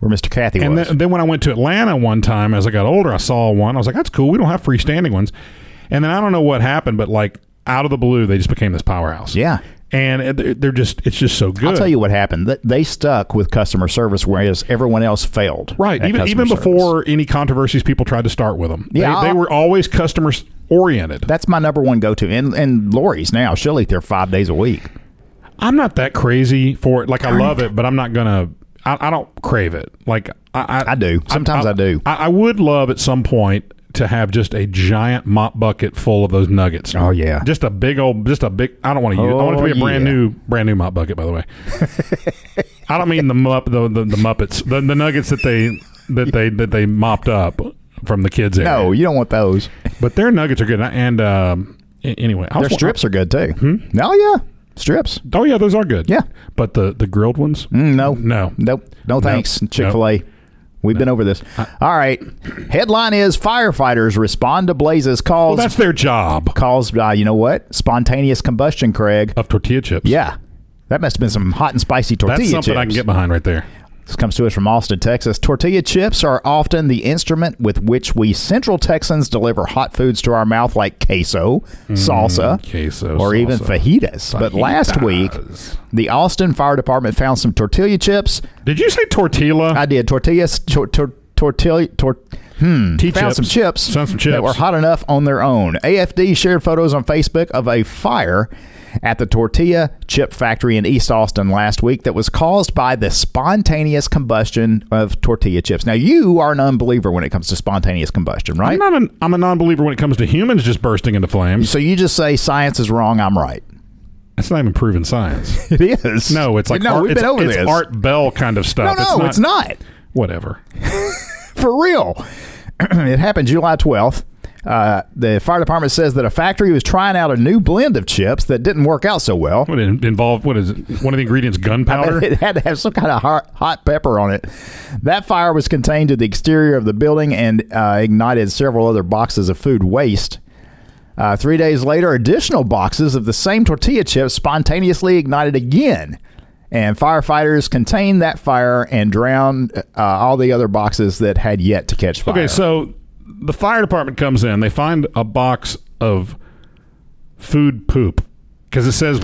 [SPEAKER 5] Where Mr. Kathy
[SPEAKER 6] and uh,
[SPEAKER 5] was.
[SPEAKER 6] then, then when I went to Atlanta one time, as I got older, I saw one. I was like, "That's cool. We don't have freestanding ones." And then I don't know what happened, but like out of the blue, they just became this powerhouse.
[SPEAKER 5] Yeah.
[SPEAKER 6] and it- they're- they're just it's just so good.
[SPEAKER 5] I'll tell you what happened. Th- They stuck with customer service, whereas everyone else failed.
[SPEAKER 6] right?
[SPEAKER 5] at
[SPEAKER 6] Even
[SPEAKER 5] customer
[SPEAKER 6] even
[SPEAKER 5] service.
[SPEAKER 6] before any controversies, people tried to start with them.
[SPEAKER 5] Yeah,
[SPEAKER 6] they, they
[SPEAKER 5] I'll-
[SPEAKER 6] were always customer oriented.
[SPEAKER 5] That's my number one go to. And, and Lori's now. She'll eat there five days a week.
[SPEAKER 6] I'm not that crazy for it. Like I love it, but I'm not gonna. I, I don't crave it. Like I, I,
[SPEAKER 5] I do. Sometimes I do.
[SPEAKER 6] I, I would love at some point to have just a giant mop bucket full of those nuggets.
[SPEAKER 5] Oh, yeah.
[SPEAKER 6] just a big old, just a big. I don't want to use. I want it to be
[SPEAKER 5] Oh,
[SPEAKER 6] a brand
[SPEAKER 5] yeah.
[SPEAKER 6] new, brand new mop bucket. By the way, I don't mean the mup, the the, the Muppets, the, the nuggets that they that they that they mopped up from the kids. Area.
[SPEAKER 5] No, you don't want those.
[SPEAKER 6] but their nuggets are good. And um, a- anyway, I
[SPEAKER 5] Their
[SPEAKER 6] was-
[SPEAKER 5] strips are good too.
[SPEAKER 6] Hmm?
[SPEAKER 5] No, Oh, yeah. Strips.
[SPEAKER 6] Oh yeah, those are good.
[SPEAKER 5] Yeah.
[SPEAKER 6] but the the grilled ones.
[SPEAKER 5] Mm, no.
[SPEAKER 6] No.
[SPEAKER 5] Nope. No thanks.
[SPEAKER 6] Nope.
[SPEAKER 5] Chick fil A. We've been over this. All right. Headline is firefighters respond to blazes
[SPEAKER 6] Well,
[SPEAKER 5] caused
[SPEAKER 6] that's their job
[SPEAKER 5] caused by you know what? Spontaneous combustion, Craig.
[SPEAKER 6] of tortilla chips.
[SPEAKER 5] Yeah. That must have been some hot and spicy tortilla
[SPEAKER 6] that's something
[SPEAKER 5] chips.
[SPEAKER 6] I can get behind right there.
[SPEAKER 5] This comes to us from Austin, Texas. Tortilla chips are often the instrument with which we Central Texans deliver hot foods to our mouth, like queso, salsa,
[SPEAKER 6] queso,
[SPEAKER 5] or even
[SPEAKER 6] Mm-hmm. salsa.
[SPEAKER 5] fajitas. But last week,
[SPEAKER 6] Fajitas.
[SPEAKER 5] the Austin Fire Department found some tortilla chips.
[SPEAKER 6] Did you say tortilla?
[SPEAKER 5] I did tortillas, tor- tor- tortilla, tor-
[SPEAKER 6] Tea
[SPEAKER 5] found some chips,
[SPEAKER 6] Found some chips.
[SPEAKER 5] that were hot enough on their own. AFD shared photos on Facebook of a fire at the tortilla chip factory in East Austin last week that was caused by the spontaneous combustion of tortilla chips. Now you are an unbeliever when it comes to spontaneous combustion,
[SPEAKER 6] I'm
[SPEAKER 5] right?
[SPEAKER 6] not an, I'm a non-believer when it comes to humans just bursting into flames.
[SPEAKER 5] so you just say science is wrong. I'm right.
[SPEAKER 6] That's not even proven science.
[SPEAKER 5] It is.
[SPEAKER 6] No, it's like
[SPEAKER 5] no.
[SPEAKER 6] art,
[SPEAKER 5] we've
[SPEAKER 6] it's,
[SPEAKER 5] been over
[SPEAKER 6] it's
[SPEAKER 5] this.
[SPEAKER 6] Art Bell kind of
[SPEAKER 5] No,
[SPEAKER 6] stuff.
[SPEAKER 5] no, it's not.
[SPEAKER 6] Whatever.
[SPEAKER 5] for real. it happened July 12th. Uh, the fire department says that a factory was trying out a new blend of chips that didn't work out so well.
[SPEAKER 6] What it involved? What is it? One of the ingredients? Gunpowder.
[SPEAKER 5] It had to have some kind of hot, hot pepper on it. That fire was contained to the exterior of the building and uh, ignited several other boxes of food waste. Uh, three days later, additional boxes of the same tortilla chips spontaneously ignited again. And firefighters contained that fire and drowned uh, all the other boxes that had yet to catch fire.
[SPEAKER 6] Okay, so the fire department comes in. They find a box of food poop because it says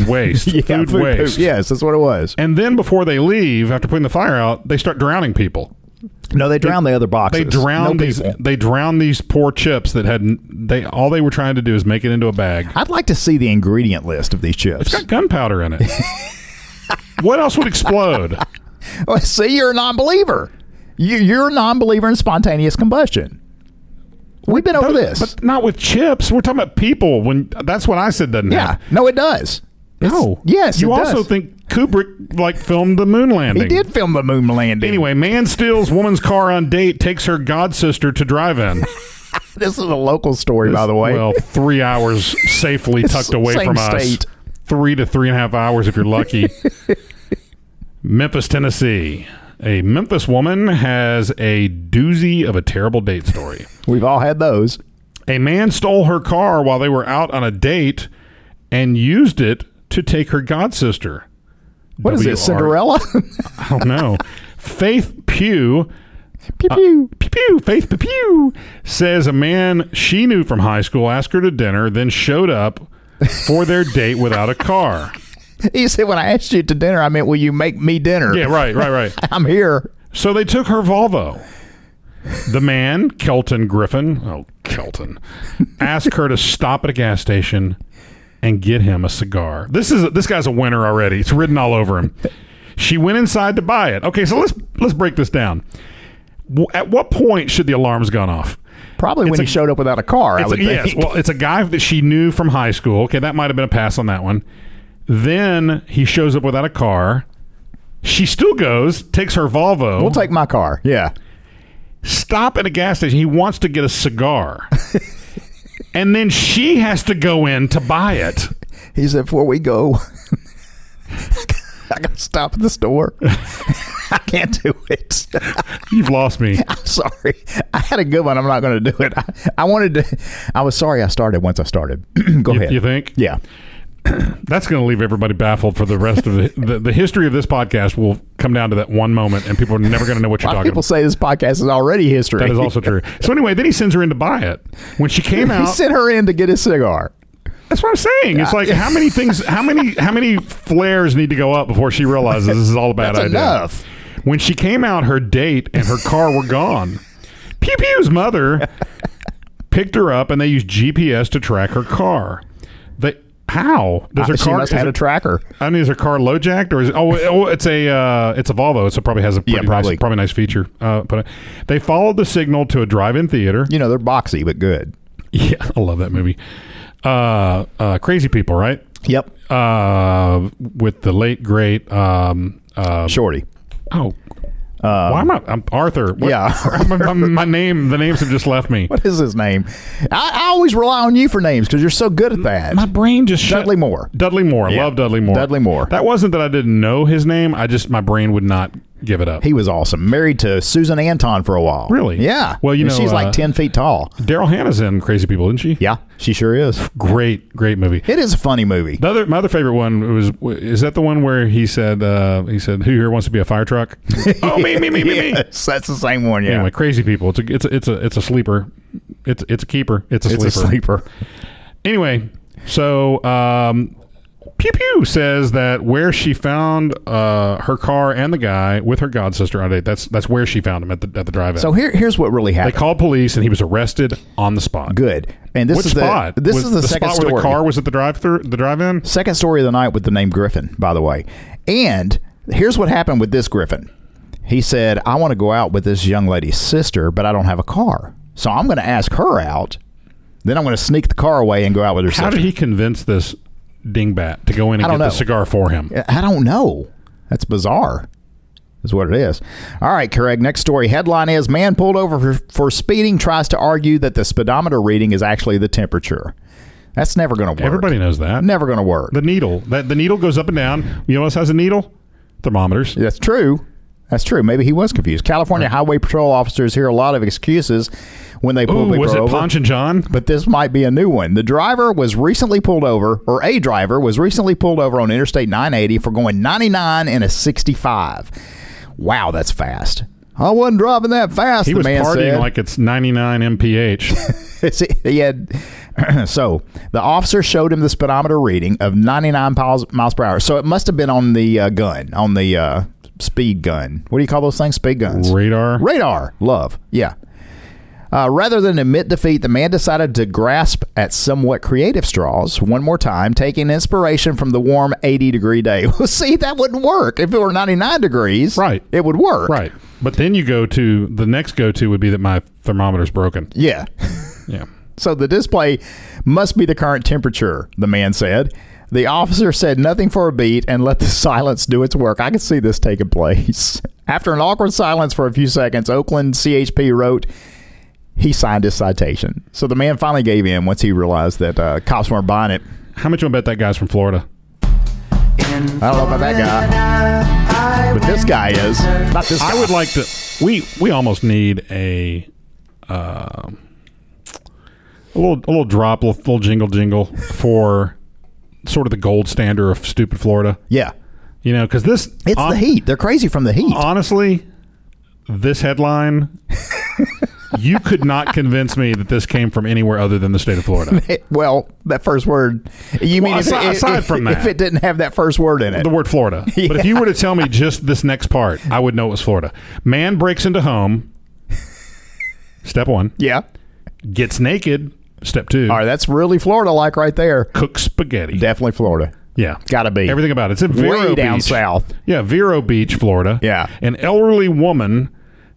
[SPEAKER 6] waste,
[SPEAKER 5] Yeah,
[SPEAKER 6] food,
[SPEAKER 5] poop.
[SPEAKER 6] waste.
[SPEAKER 5] Yes, that's what it was.
[SPEAKER 6] And then before they leave, after putting the fire out, they start drowning people.
[SPEAKER 5] No, they drowned the other boxes.
[SPEAKER 6] They drown
[SPEAKER 5] No
[SPEAKER 6] these.
[SPEAKER 5] people.
[SPEAKER 6] They drown these poor chips that had. n- They all they were trying to do is make it into a bag.
[SPEAKER 5] I'd like to see the ingredient list of these chips.
[SPEAKER 6] It's got gunpowder in it. what else would explode?
[SPEAKER 5] Well, Oh, see, you're a non-believer. You, you're a non-believer in spontaneous combustion. We've been over this.
[SPEAKER 6] But not with chips. We're talking about people. When that's what I said doesn't
[SPEAKER 5] yeah.
[SPEAKER 6] happen.
[SPEAKER 5] No, it does.
[SPEAKER 6] No.
[SPEAKER 5] yes,
[SPEAKER 6] You
[SPEAKER 5] it
[SPEAKER 6] also
[SPEAKER 5] does.
[SPEAKER 6] think Kubrick like filmed the moon landing?
[SPEAKER 5] He did film the moon landing.
[SPEAKER 6] Anyway, man steals woman's car on date, takes her god sister to drive in.
[SPEAKER 5] this is a local story, by the way.
[SPEAKER 6] Well, three hours safely
[SPEAKER 5] It's
[SPEAKER 6] tucked away
[SPEAKER 5] same
[SPEAKER 6] from
[SPEAKER 5] state.
[SPEAKER 6] us. Three to three and a half hours if you're lucky. Memphis, Tennessee. A Memphis woman has a doozy of a terrible date story.
[SPEAKER 5] We've all had those.
[SPEAKER 6] A man stole her car while they were out on a date and used it to take her god sister.
[SPEAKER 5] What is it, Cinderella?
[SPEAKER 6] I don't know. Faith Pugh
[SPEAKER 5] pew, pew.
[SPEAKER 6] Pew, pew, Faith pew, pew, says a man she knew from high school asked her to dinner, then showed up for their date without a car.
[SPEAKER 5] He said, when I asked you to dinner, I meant, will you make me dinner?
[SPEAKER 6] Yeah, right, right, right.
[SPEAKER 5] I'm here.
[SPEAKER 6] So they took her Volvo. The man, Kelton Griffin, oh, Kelton, asked her to stop at a gas station and get him a cigar. This is this guy's a winner already. It's written all over him. She went inside to buy it. Okay, so let's let's break this down. W- At what point should the alarm's gone off?
[SPEAKER 5] Probably when
[SPEAKER 6] It's
[SPEAKER 5] he
[SPEAKER 6] a-
[SPEAKER 5] showed up without a car, I
[SPEAKER 6] It's
[SPEAKER 5] would
[SPEAKER 6] a, yes,
[SPEAKER 5] think.
[SPEAKER 6] well, it's a guy that she knew from high school. Okay, that might have been a pass on that one. Then he shows up without a car. She still goes, takes her Volvo.
[SPEAKER 5] we'll take my car. Yeah.
[SPEAKER 6] stop at a gas station. He wants to get a cigar, and then she has to go in to buy it.
[SPEAKER 5] He said, before we go, I got to stop at the store. I can't do it.
[SPEAKER 6] You've lost me.
[SPEAKER 5] sorry. I had a good one. I'm not going to do it. I, I wanted to. I was sorry I started once I started. go
[SPEAKER 6] You,
[SPEAKER 5] ahead.
[SPEAKER 6] you think?
[SPEAKER 5] Yeah.
[SPEAKER 6] That's going to leave everybody baffled for the rest of the, the the history of this podcast. Will come down to that one moment, and people are never going to know what
[SPEAKER 5] A
[SPEAKER 6] you're
[SPEAKER 5] lot of
[SPEAKER 6] talking
[SPEAKER 5] people
[SPEAKER 6] about.
[SPEAKER 5] say this podcast is already history.
[SPEAKER 6] That is also true. So anyway, then he sends her in to buy it. When she came
[SPEAKER 5] he
[SPEAKER 6] out,
[SPEAKER 5] sent her in to get his cigar.
[SPEAKER 6] That's what I'm saying. It's like how many things, how many, how many flares need to go up before she realizes this is all a bad
[SPEAKER 5] That's
[SPEAKER 6] idea.
[SPEAKER 5] enough.
[SPEAKER 6] When she came out, her date and her car were gone. Pew Pew's mother picked her up, and they used GPS to track her car. They how does her
[SPEAKER 5] Uh, she
[SPEAKER 6] car?
[SPEAKER 5] must
[SPEAKER 6] is
[SPEAKER 5] have had
[SPEAKER 6] it-
[SPEAKER 5] a tracker.
[SPEAKER 6] I mean, is her car low jacked or is it, oh, oh it's a uh, it's a Volvo, so it probably has a pretty
[SPEAKER 5] probably.
[SPEAKER 6] nice probably nice feature. Uh, but they followed the signal to a drive-in theater.
[SPEAKER 5] You know, they're boxy but good.
[SPEAKER 6] Yeah, I love that movie. Uh, uh, crazy people, right?
[SPEAKER 5] Yep.
[SPEAKER 6] uh, with the late great um, uh,
[SPEAKER 5] Shorty.
[SPEAKER 6] oh. Why am I? I'm Arthur. What-
[SPEAKER 5] Yeah.
[SPEAKER 6] my, my- my name. The names have just left me.
[SPEAKER 5] What is his name? I, I always rely on you for names because you're so good at that.
[SPEAKER 6] My brain just shut-
[SPEAKER 5] Dudley Moore.
[SPEAKER 6] Dudley Moore.
[SPEAKER 5] Yeah.
[SPEAKER 6] Love Dudley Moore.
[SPEAKER 5] Dudley Moore.
[SPEAKER 6] That wasn't that I didn't know his name. I just my brain would not give it up.
[SPEAKER 5] he was awesome. Married to Susan Anton for a while.
[SPEAKER 6] Really?
[SPEAKER 5] Yeah.
[SPEAKER 6] Well, you
[SPEAKER 5] And
[SPEAKER 6] know,
[SPEAKER 5] she's
[SPEAKER 6] uh,
[SPEAKER 5] like ten feet tall.
[SPEAKER 6] Daryl Hannah's in Crazy People, isn't she?
[SPEAKER 5] Yeah, she sure is.
[SPEAKER 6] Great, great movie.
[SPEAKER 5] It is a funny movie.
[SPEAKER 6] The other, my other favorite one was is that the one where he said uh, he said who here wants to be a fire truck? oh me me me me me.
[SPEAKER 5] Yes, that's the same one. Yeah.
[SPEAKER 6] Anyway, crazy people. It's a it's a, it's a it's a sleeper. It's it's a keeper. It's a
[SPEAKER 5] it's
[SPEAKER 6] sleeper.
[SPEAKER 5] a sleeper.
[SPEAKER 6] Anyway, so um, Pew Pew says that where she found uh, her car and the guy with her god sister on a date. That's that's where she found him at the at the drive-in.
[SPEAKER 5] So here, here's what really
[SPEAKER 6] they
[SPEAKER 5] happened.
[SPEAKER 6] called police and he was arrested on the spot.
[SPEAKER 5] Good. And this
[SPEAKER 6] Which
[SPEAKER 5] is the
[SPEAKER 6] spot?
[SPEAKER 5] this
[SPEAKER 6] Was
[SPEAKER 5] is the, second
[SPEAKER 6] spot
[SPEAKER 5] story.
[SPEAKER 6] where the car was at the drive-through, the drive-in.
[SPEAKER 5] Second story of the night with the name Griffin, by the way. And here's what happened with this Griffin. He said, I want to go out with this young lady's sister, but I don't have a car. So I'm going to ask her out. Then I'm going to sneak the car away and go out with her
[SPEAKER 6] How
[SPEAKER 5] sister.
[SPEAKER 6] did he convince this dingbat to go in
[SPEAKER 5] I
[SPEAKER 6] and
[SPEAKER 5] don't
[SPEAKER 6] get
[SPEAKER 5] know.
[SPEAKER 6] the cigar for him?
[SPEAKER 5] I don't know. That's bizarre, is what it is. All right, Craig. Next story headline is Man pulled over for, for speeding tries to argue that the speedometer reading is actually the temperature. That's never going to work.
[SPEAKER 6] Everybody knows that.
[SPEAKER 5] Never going to work.
[SPEAKER 6] The needle. That the needle goes up and down. You know what else has a needle? Thermometers.
[SPEAKER 5] That's true. That's true. Maybe he was confused. California Highway Patrol officers hear a lot of excuses when they pull
[SPEAKER 6] Ooh,
[SPEAKER 5] people
[SPEAKER 6] was it
[SPEAKER 5] over.
[SPEAKER 6] Ponch and John?
[SPEAKER 5] but this might be a new one. The driver was recently pulled over, or a driver was recently pulled over on Interstate 980 for going 99 and a 65. Wow, that's fast. I wasn't driving that fast.
[SPEAKER 6] He
[SPEAKER 5] the
[SPEAKER 6] was
[SPEAKER 5] man
[SPEAKER 6] partying
[SPEAKER 5] said.
[SPEAKER 6] like it's 99 mph.
[SPEAKER 5] he had so the officer showed him the speedometer reading of 99 miles, miles per hour. So it must have been on the uh, gun, on the uh, speed gun. What do you call those things? Speed guns.
[SPEAKER 6] Radar.
[SPEAKER 5] Radar. Love. Yeah. Uh, rather than admit defeat, the man decided to grasp at somewhat creative straws one more time, taking inspiration from the warm 80 degree day. Well, See, that wouldn't work. If it were 99 degrees,
[SPEAKER 6] Right.
[SPEAKER 5] it would work.
[SPEAKER 6] Right. But then you go to the next go to would be that my thermometer's broken.
[SPEAKER 5] Yeah.
[SPEAKER 6] Yeah.
[SPEAKER 5] So the display must be the current temperature, the man said. The officer said nothing for a beat and let the silence do its work. I can see this taking place. After an awkward silence for a few seconds, Oakland CHP wrote, he signed his citation. So the man finally gave in once he realized that uh, cops weren't buying it.
[SPEAKER 6] How much you want to bet that guy's from Florida?
[SPEAKER 5] I don't know about that guy, but this guy is. Not this guy.
[SPEAKER 6] I would like to. We we almost need a um a little a little drop, a little, little jingle jingle for sort of the gold standard of stupid Florida.
[SPEAKER 5] Yeah.
[SPEAKER 6] You know, because this
[SPEAKER 5] It's
[SPEAKER 6] hon-
[SPEAKER 5] the heat. They're crazy from the heat.
[SPEAKER 6] uh, Honestly, this headline. You could not convince me that this came from anywhere other than the state of Florida.
[SPEAKER 5] It- well, that first word. You
[SPEAKER 6] Well,
[SPEAKER 5] mean if,
[SPEAKER 6] asi-
[SPEAKER 5] it,
[SPEAKER 6] aside
[SPEAKER 5] if,
[SPEAKER 6] from
[SPEAKER 5] if
[SPEAKER 6] that.
[SPEAKER 5] it didn't have that first word in it?
[SPEAKER 6] the word Florida. But if you were to tell me just this next part, I would know it was Florida. Man breaks into home. Step one.
[SPEAKER 5] Yeah.
[SPEAKER 6] Gets naked. Step two.
[SPEAKER 5] All right, that's really Florida like right there.
[SPEAKER 6] Cooks spaghetti.
[SPEAKER 5] Definitely Florida.
[SPEAKER 6] yeah.
[SPEAKER 5] Gotta be.
[SPEAKER 6] Everything about it. It's in Vero
[SPEAKER 5] Way down
[SPEAKER 6] Beach.
[SPEAKER 5] south.
[SPEAKER 6] Yeah, Vero Beach, Florida.
[SPEAKER 5] Yeah.
[SPEAKER 6] An elderly woman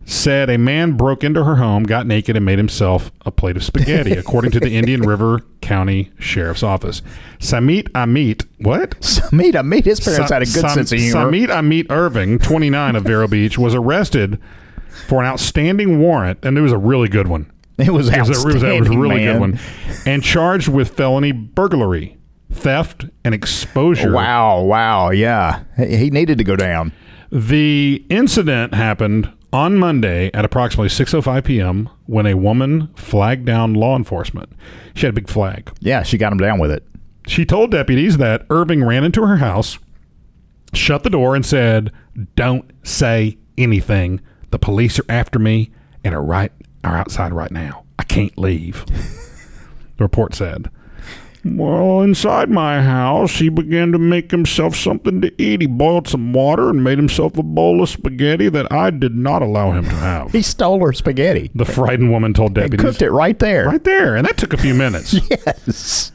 [SPEAKER 6] said a man broke into her home, got naked, and made himself a plate of spaghetti, according to the Indian River County Sheriff's Office. Samit Amit. What?
[SPEAKER 5] Samit, I mean, his parents had a good
[SPEAKER 6] Sam-
[SPEAKER 5] sense of humor.
[SPEAKER 6] Samit Amit Irving, 29 of Vero Beach, was arrested for an outstanding warrant, and it was a really good one.
[SPEAKER 5] it was
[SPEAKER 6] It
[SPEAKER 5] outstanding,
[SPEAKER 6] was a, it was a- it was a really
[SPEAKER 5] man.
[SPEAKER 6] good one, and charged with felony burglary, theft, and exposure.
[SPEAKER 5] Wow, wow, yeah. He he needed to go down.
[SPEAKER 6] The incident happened on Monday at approximately 6:05 p.m. when a woman flagged down law enforcement. She had a big flag.
[SPEAKER 5] Yeah, she got him down with it.
[SPEAKER 6] She told deputies that Irving ran into her house, shut the door, and said, Don't say anything. The police are after me and are right are outside right now. I can't leave. the report said. Well, inside my house, he began to make himself something to eat. He boiled some water and made himself a bowl of spaghetti that I did not allow him to have.
[SPEAKER 5] He stole her spaghetti.
[SPEAKER 6] The frightened woman told
[SPEAKER 5] He
[SPEAKER 6] deputies.
[SPEAKER 5] cooked it right there.
[SPEAKER 6] Right there. And that took a few minutes.
[SPEAKER 5] Yes.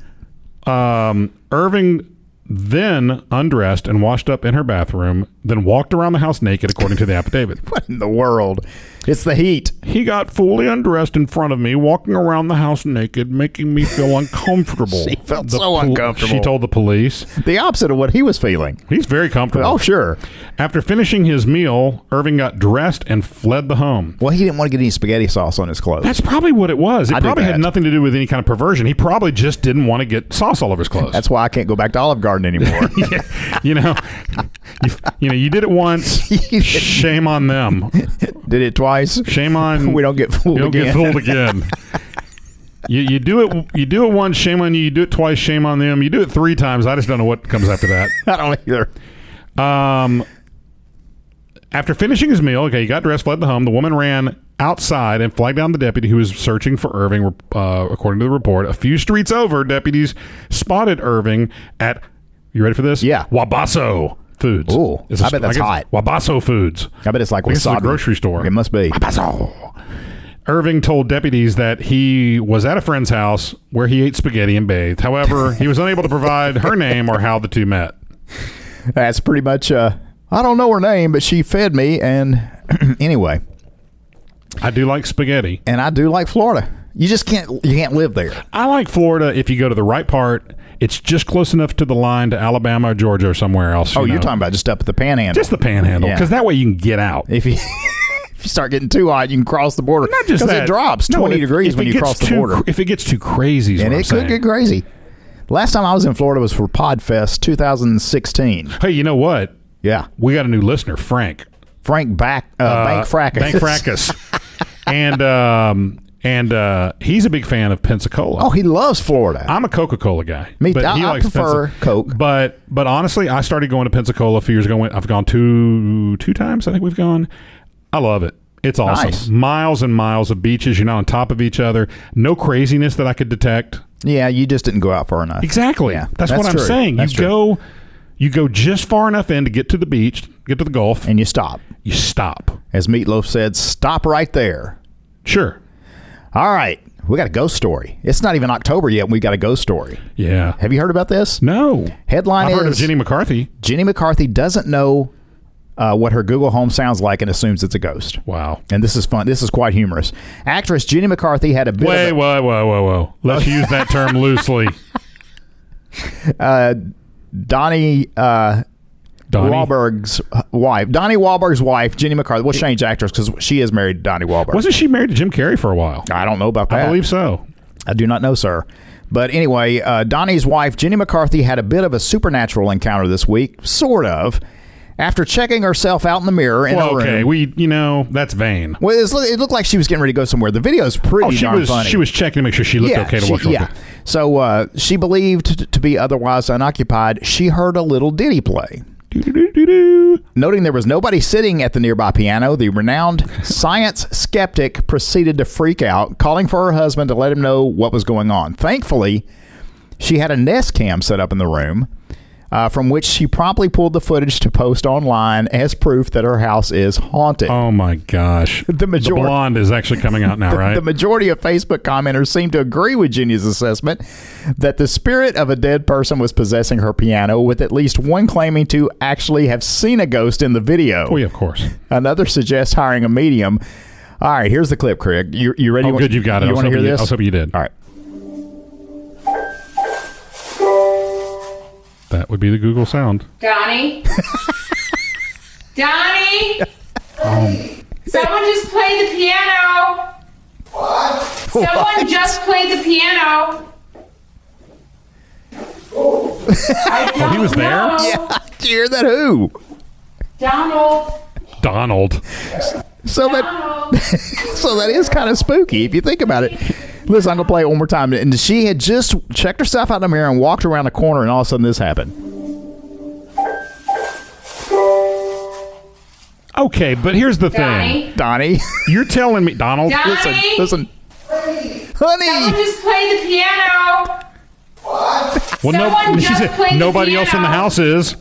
[SPEAKER 6] Um, Irving then undressed and washed up in her bathroom, then walked around the house naked, according to the affidavit.
[SPEAKER 5] What in the world? It's the heat.
[SPEAKER 6] He got fully undressed in front of me, walking around the house naked, making me feel uncomfortable.
[SPEAKER 5] She felt so uncomfortable.
[SPEAKER 6] She told the police.
[SPEAKER 5] The opposite of what he was feeling.
[SPEAKER 6] He's very comfortable.
[SPEAKER 5] Oh, sure.
[SPEAKER 6] After finishing his meal, Irving got dressed and fled the home.
[SPEAKER 5] Well, he didn't want to get any spaghetti sauce on his clothes.
[SPEAKER 6] That's probably what it was. It
[SPEAKER 5] I do
[SPEAKER 6] probably had
[SPEAKER 5] that.
[SPEAKER 6] nothing to do with any kind of perversion. He probably just didn't want to get sauce all over his clothes.
[SPEAKER 5] That's why I can't go back to Olive Garden anymore.
[SPEAKER 6] you know, you, you know, you did it once. Shame on them.
[SPEAKER 5] Did it twice.
[SPEAKER 6] Shame on
[SPEAKER 5] We don't get fooled
[SPEAKER 6] you don't
[SPEAKER 5] again.
[SPEAKER 6] get fooled again. you you do it you do it once. Shame on you. You do it twice. Shame on them. You do it three times. I just don't know what comes after that.
[SPEAKER 5] I don't either.
[SPEAKER 6] Um, after finishing his meal, okay, he got dressed, fled the home. The woman ran outside and flagged down the deputy who was searching for Irving. Uh, according to the report, a few streets over, deputies spotted Irving at. You ready for this?
[SPEAKER 5] Yeah.
[SPEAKER 6] Wabasso Foods.
[SPEAKER 5] Ooh,
[SPEAKER 6] a
[SPEAKER 5] I bet
[SPEAKER 6] str-
[SPEAKER 5] that's
[SPEAKER 6] guess-
[SPEAKER 5] hot.
[SPEAKER 6] Wabasso Foods.
[SPEAKER 5] I bet it's like
[SPEAKER 6] I guess it's a
[SPEAKER 5] wasabi.
[SPEAKER 6] grocery store.
[SPEAKER 5] It must be.
[SPEAKER 6] Irving told deputies that he was at a friend's house where he ate spaghetti and bathed. However, he was unable to provide her name or how the two met.
[SPEAKER 5] That's pretty much. Uh, I don't know her name, but she fed me, and anyway,
[SPEAKER 6] I do like spaghetti.
[SPEAKER 5] and I do like Florida. You just can't. You can't live there.
[SPEAKER 6] I like Florida if you go to the right part. It's just close enough to the line to Alabama or Georgia or somewhere else.
[SPEAKER 5] Oh,
[SPEAKER 6] you
[SPEAKER 5] you're
[SPEAKER 6] know.
[SPEAKER 5] talking about just up at the Panhandle.
[SPEAKER 6] just the panhandle
[SPEAKER 5] Yeah.
[SPEAKER 6] because that way you can get out.
[SPEAKER 5] if you if you start getting too hot, you can cross the border.
[SPEAKER 6] Not just
[SPEAKER 5] 'Cause
[SPEAKER 6] that
[SPEAKER 5] it drops
[SPEAKER 6] No,
[SPEAKER 5] twenty
[SPEAKER 6] if-
[SPEAKER 5] degrees
[SPEAKER 6] if
[SPEAKER 5] when you
[SPEAKER 6] it gets
[SPEAKER 5] cross the
[SPEAKER 6] too
[SPEAKER 5] border,
[SPEAKER 6] cr- If it gets too crazy, is
[SPEAKER 5] and
[SPEAKER 6] what
[SPEAKER 5] it
[SPEAKER 6] I'm
[SPEAKER 5] could
[SPEAKER 6] saying.
[SPEAKER 5] get crazy. Last time I was in Florida was for Podfest 2016.
[SPEAKER 6] Hey, you know what?
[SPEAKER 5] Yeah,
[SPEAKER 6] We got a new listener, Frank.
[SPEAKER 5] Frank back uh, Bank Fracas.
[SPEAKER 6] Bank Fracas. and um, and uh, he's a big fan of Pensacola.
[SPEAKER 5] Oh, he loves Florida.
[SPEAKER 6] I'm a Coca Cola guy.
[SPEAKER 5] Me- I- I prefer
[SPEAKER 6] Pensa-
[SPEAKER 5] Coke.
[SPEAKER 6] But but honestly, I started going to Pensacola a few years ago. Went- I've gone two two times. I think we've gone. I love it. It's awesome.
[SPEAKER 5] Nice.
[SPEAKER 6] Miles and miles of beaches. You're not on top of each other. No craziness that I could detect.
[SPEAKER 5] Yeah, you just didn't go out far enough.
[SPEAKER 6] Exactly.
[SPEAKER 5] Yeah,
[SPEAKER 6] that's, what I'm
[SPEAKER 5] true.
[SPEAKER 6] saying.
[SPEAKER 5] That's
[SPEAKER 6] you
[SPEAKER 5] true.
[SPEAKER 6] go you go just far enough in to get to the beach, get to the Gulf, and
[SPEAKER 5] and you stop.
[SPEAKER 6] you stop.
[SPEAKER 5] As Meatloaf said, stop right there.
[SPEAKER 6] Sure.
[SPEAKER 5] All right, we got a ghost story. It's not even October yet, and we got a ghost story.
[SPEAKER 6] Yeah.
[SPEAKER 5] Have you heard about this?
[SPEAKER 6] No.
[SPEAKER 5] Headline
[SPEAKER 6] I've
[SPEAKER 5] is
[SPEAKER 6] heard of Jenny McCarthy.
[SPEAKER 5] Jenny McCarthy doesn't know uh, what her Google Home sounds like and assumes it's a ghost.
[SPEAKER 6] Wow.
[SPEAKER 5] And this is fun. This is quite humorous. Actress Jenny McCarthy had a bit
[SPEAKER 6] Wait,
[SPEAKER 5] of a-
[SPEAKER 6] whoa, whoa, whoa, whoa. Let's use that term loosely.
[SPEAKER 5] Donnie uh,
[SPEAKER 6] Donnie.
[SPEAKER 5] Wahlberg's uh, wife. Donnie Wahlberg's wife, Jenny McCarthy. We'll change actress because she is married to Donnie Wahlberg.
[SPEAKER 6] Wasn't she married to Jim Carrey for a while?
[SPEAKER 5] I don't know about
[SPEAKER 6] I
[SPEAKER 5] that.
[SPEAKER 6] believe so.
[SPEAKER 5] I do not know, sir. But anyway, uh, Donnie's wife, Jenny McCarthy, had a bit of a supernatural encounter this week, sort of, after checking herself out in the mirror in
[SPEAKER 6] Well,
[SPEAKER 5] her
[SPEAKER 6] okay.
[SPEAKER 5] room.
[SPEAKER 6] We, you know, that's vain.
[SPEAKER 5] well, it, was- it looked like she was getting ready to go somewhere. The video's pretty
[SPEAKER 6] Oh, she
[SPEAKER 5] darn
[SPEAKER 6] was
[SPEAKER 5] funny.
[SPEAKER 6] she was checking to make sure she looked okay to
[SPEAKER 5] she-
[SPEAKER 6] watch. real
[SPEAKER 5] yeah.
[SPEAKER 6] quick.
[SPEAKER 5] So uh, she believed t- to be otherwise unoccupied. She heard a little ditty play.
[SPEAKER 6] Doo-doo-doo-doo-doo.
[SPEAKER 5] Noting there was nobody sitting at the nearby piano, the renowned science skeptic proceeded to freak out, calling for her husband to let him know what was going on. Thankfully, she had a Nest cam set up in the room, uh, from which she promptly pulled the footage to post online as proof that her house is haunted.
[SPEAKER 6] Oh my gosh.
[SPEAKER 5] The majority-
[SPEAKER 6] blonde is actually coming out now,
[SPEAKER 5] The-
[SPEAKER 6] right?
[SPEAKER 5] The majority of Facebook commenters seem to agree with Jenny's assessment that the spirit of a dead person was possessing her piano, with at least one claiming to actually have seen a ghost in the video.
[SPEAKER 6] oh yeah, of course.
[SPEAKER 5] Another suggests hiring a medium. All right, here's the clip, Craig. You, you ready?
[SPEAKER 6] Oh, good, you got it. I
[SPEAKER 5] You
[SPEAKER 6] was
[SPEAKER 5] want to hear
[SPEAKER 6] hoping you- I
[SPEAKER 5] this?
[SPEAKER 6] was hoping you did.
[SPEAKER 5] All right.
[SPEAKER 6] That would be the Google sound.
[SPEAKER 8] Donnie? Donnie? Someone just played the piano. Someone just played the piano.
[SPEAKER 6] Oh, he was there?
[SPEAKER 5] Yeah, did you hear that? Who?
[SPEAKER 8] Donald.
[SPEAKER 6] Donald.
[SPEAKER 5] So that, so that is kind of spooky if you think about it. Listen, I'm gonna play it one more time. And she had just checked herself out in the mirror and walked around the corner, and all of a sudden this happened.
[SPEAKER 6] Okay, but here's the thing.
[SPEAKER 8] Donnie?
[SPEAKER 5] Donnie,
[SPEAKER 6] You're telling me Donald
[SPEAKER 8] Donnie?
[SPEAKER 5] listen, listen, honey.
[SPEAKER 8] Someone just played the piano.
[SPEAKER 6] Well,
[SPEAKER 8] Someone
[SPEAKER 6] she
[SPEAKER 8] just
[SPEAKER 6] said
[SPEAKER 8] played the
[SPEAKER 6] nobody else in the
[SPEAKER 8] piano.
[SPEAKER 6] house is.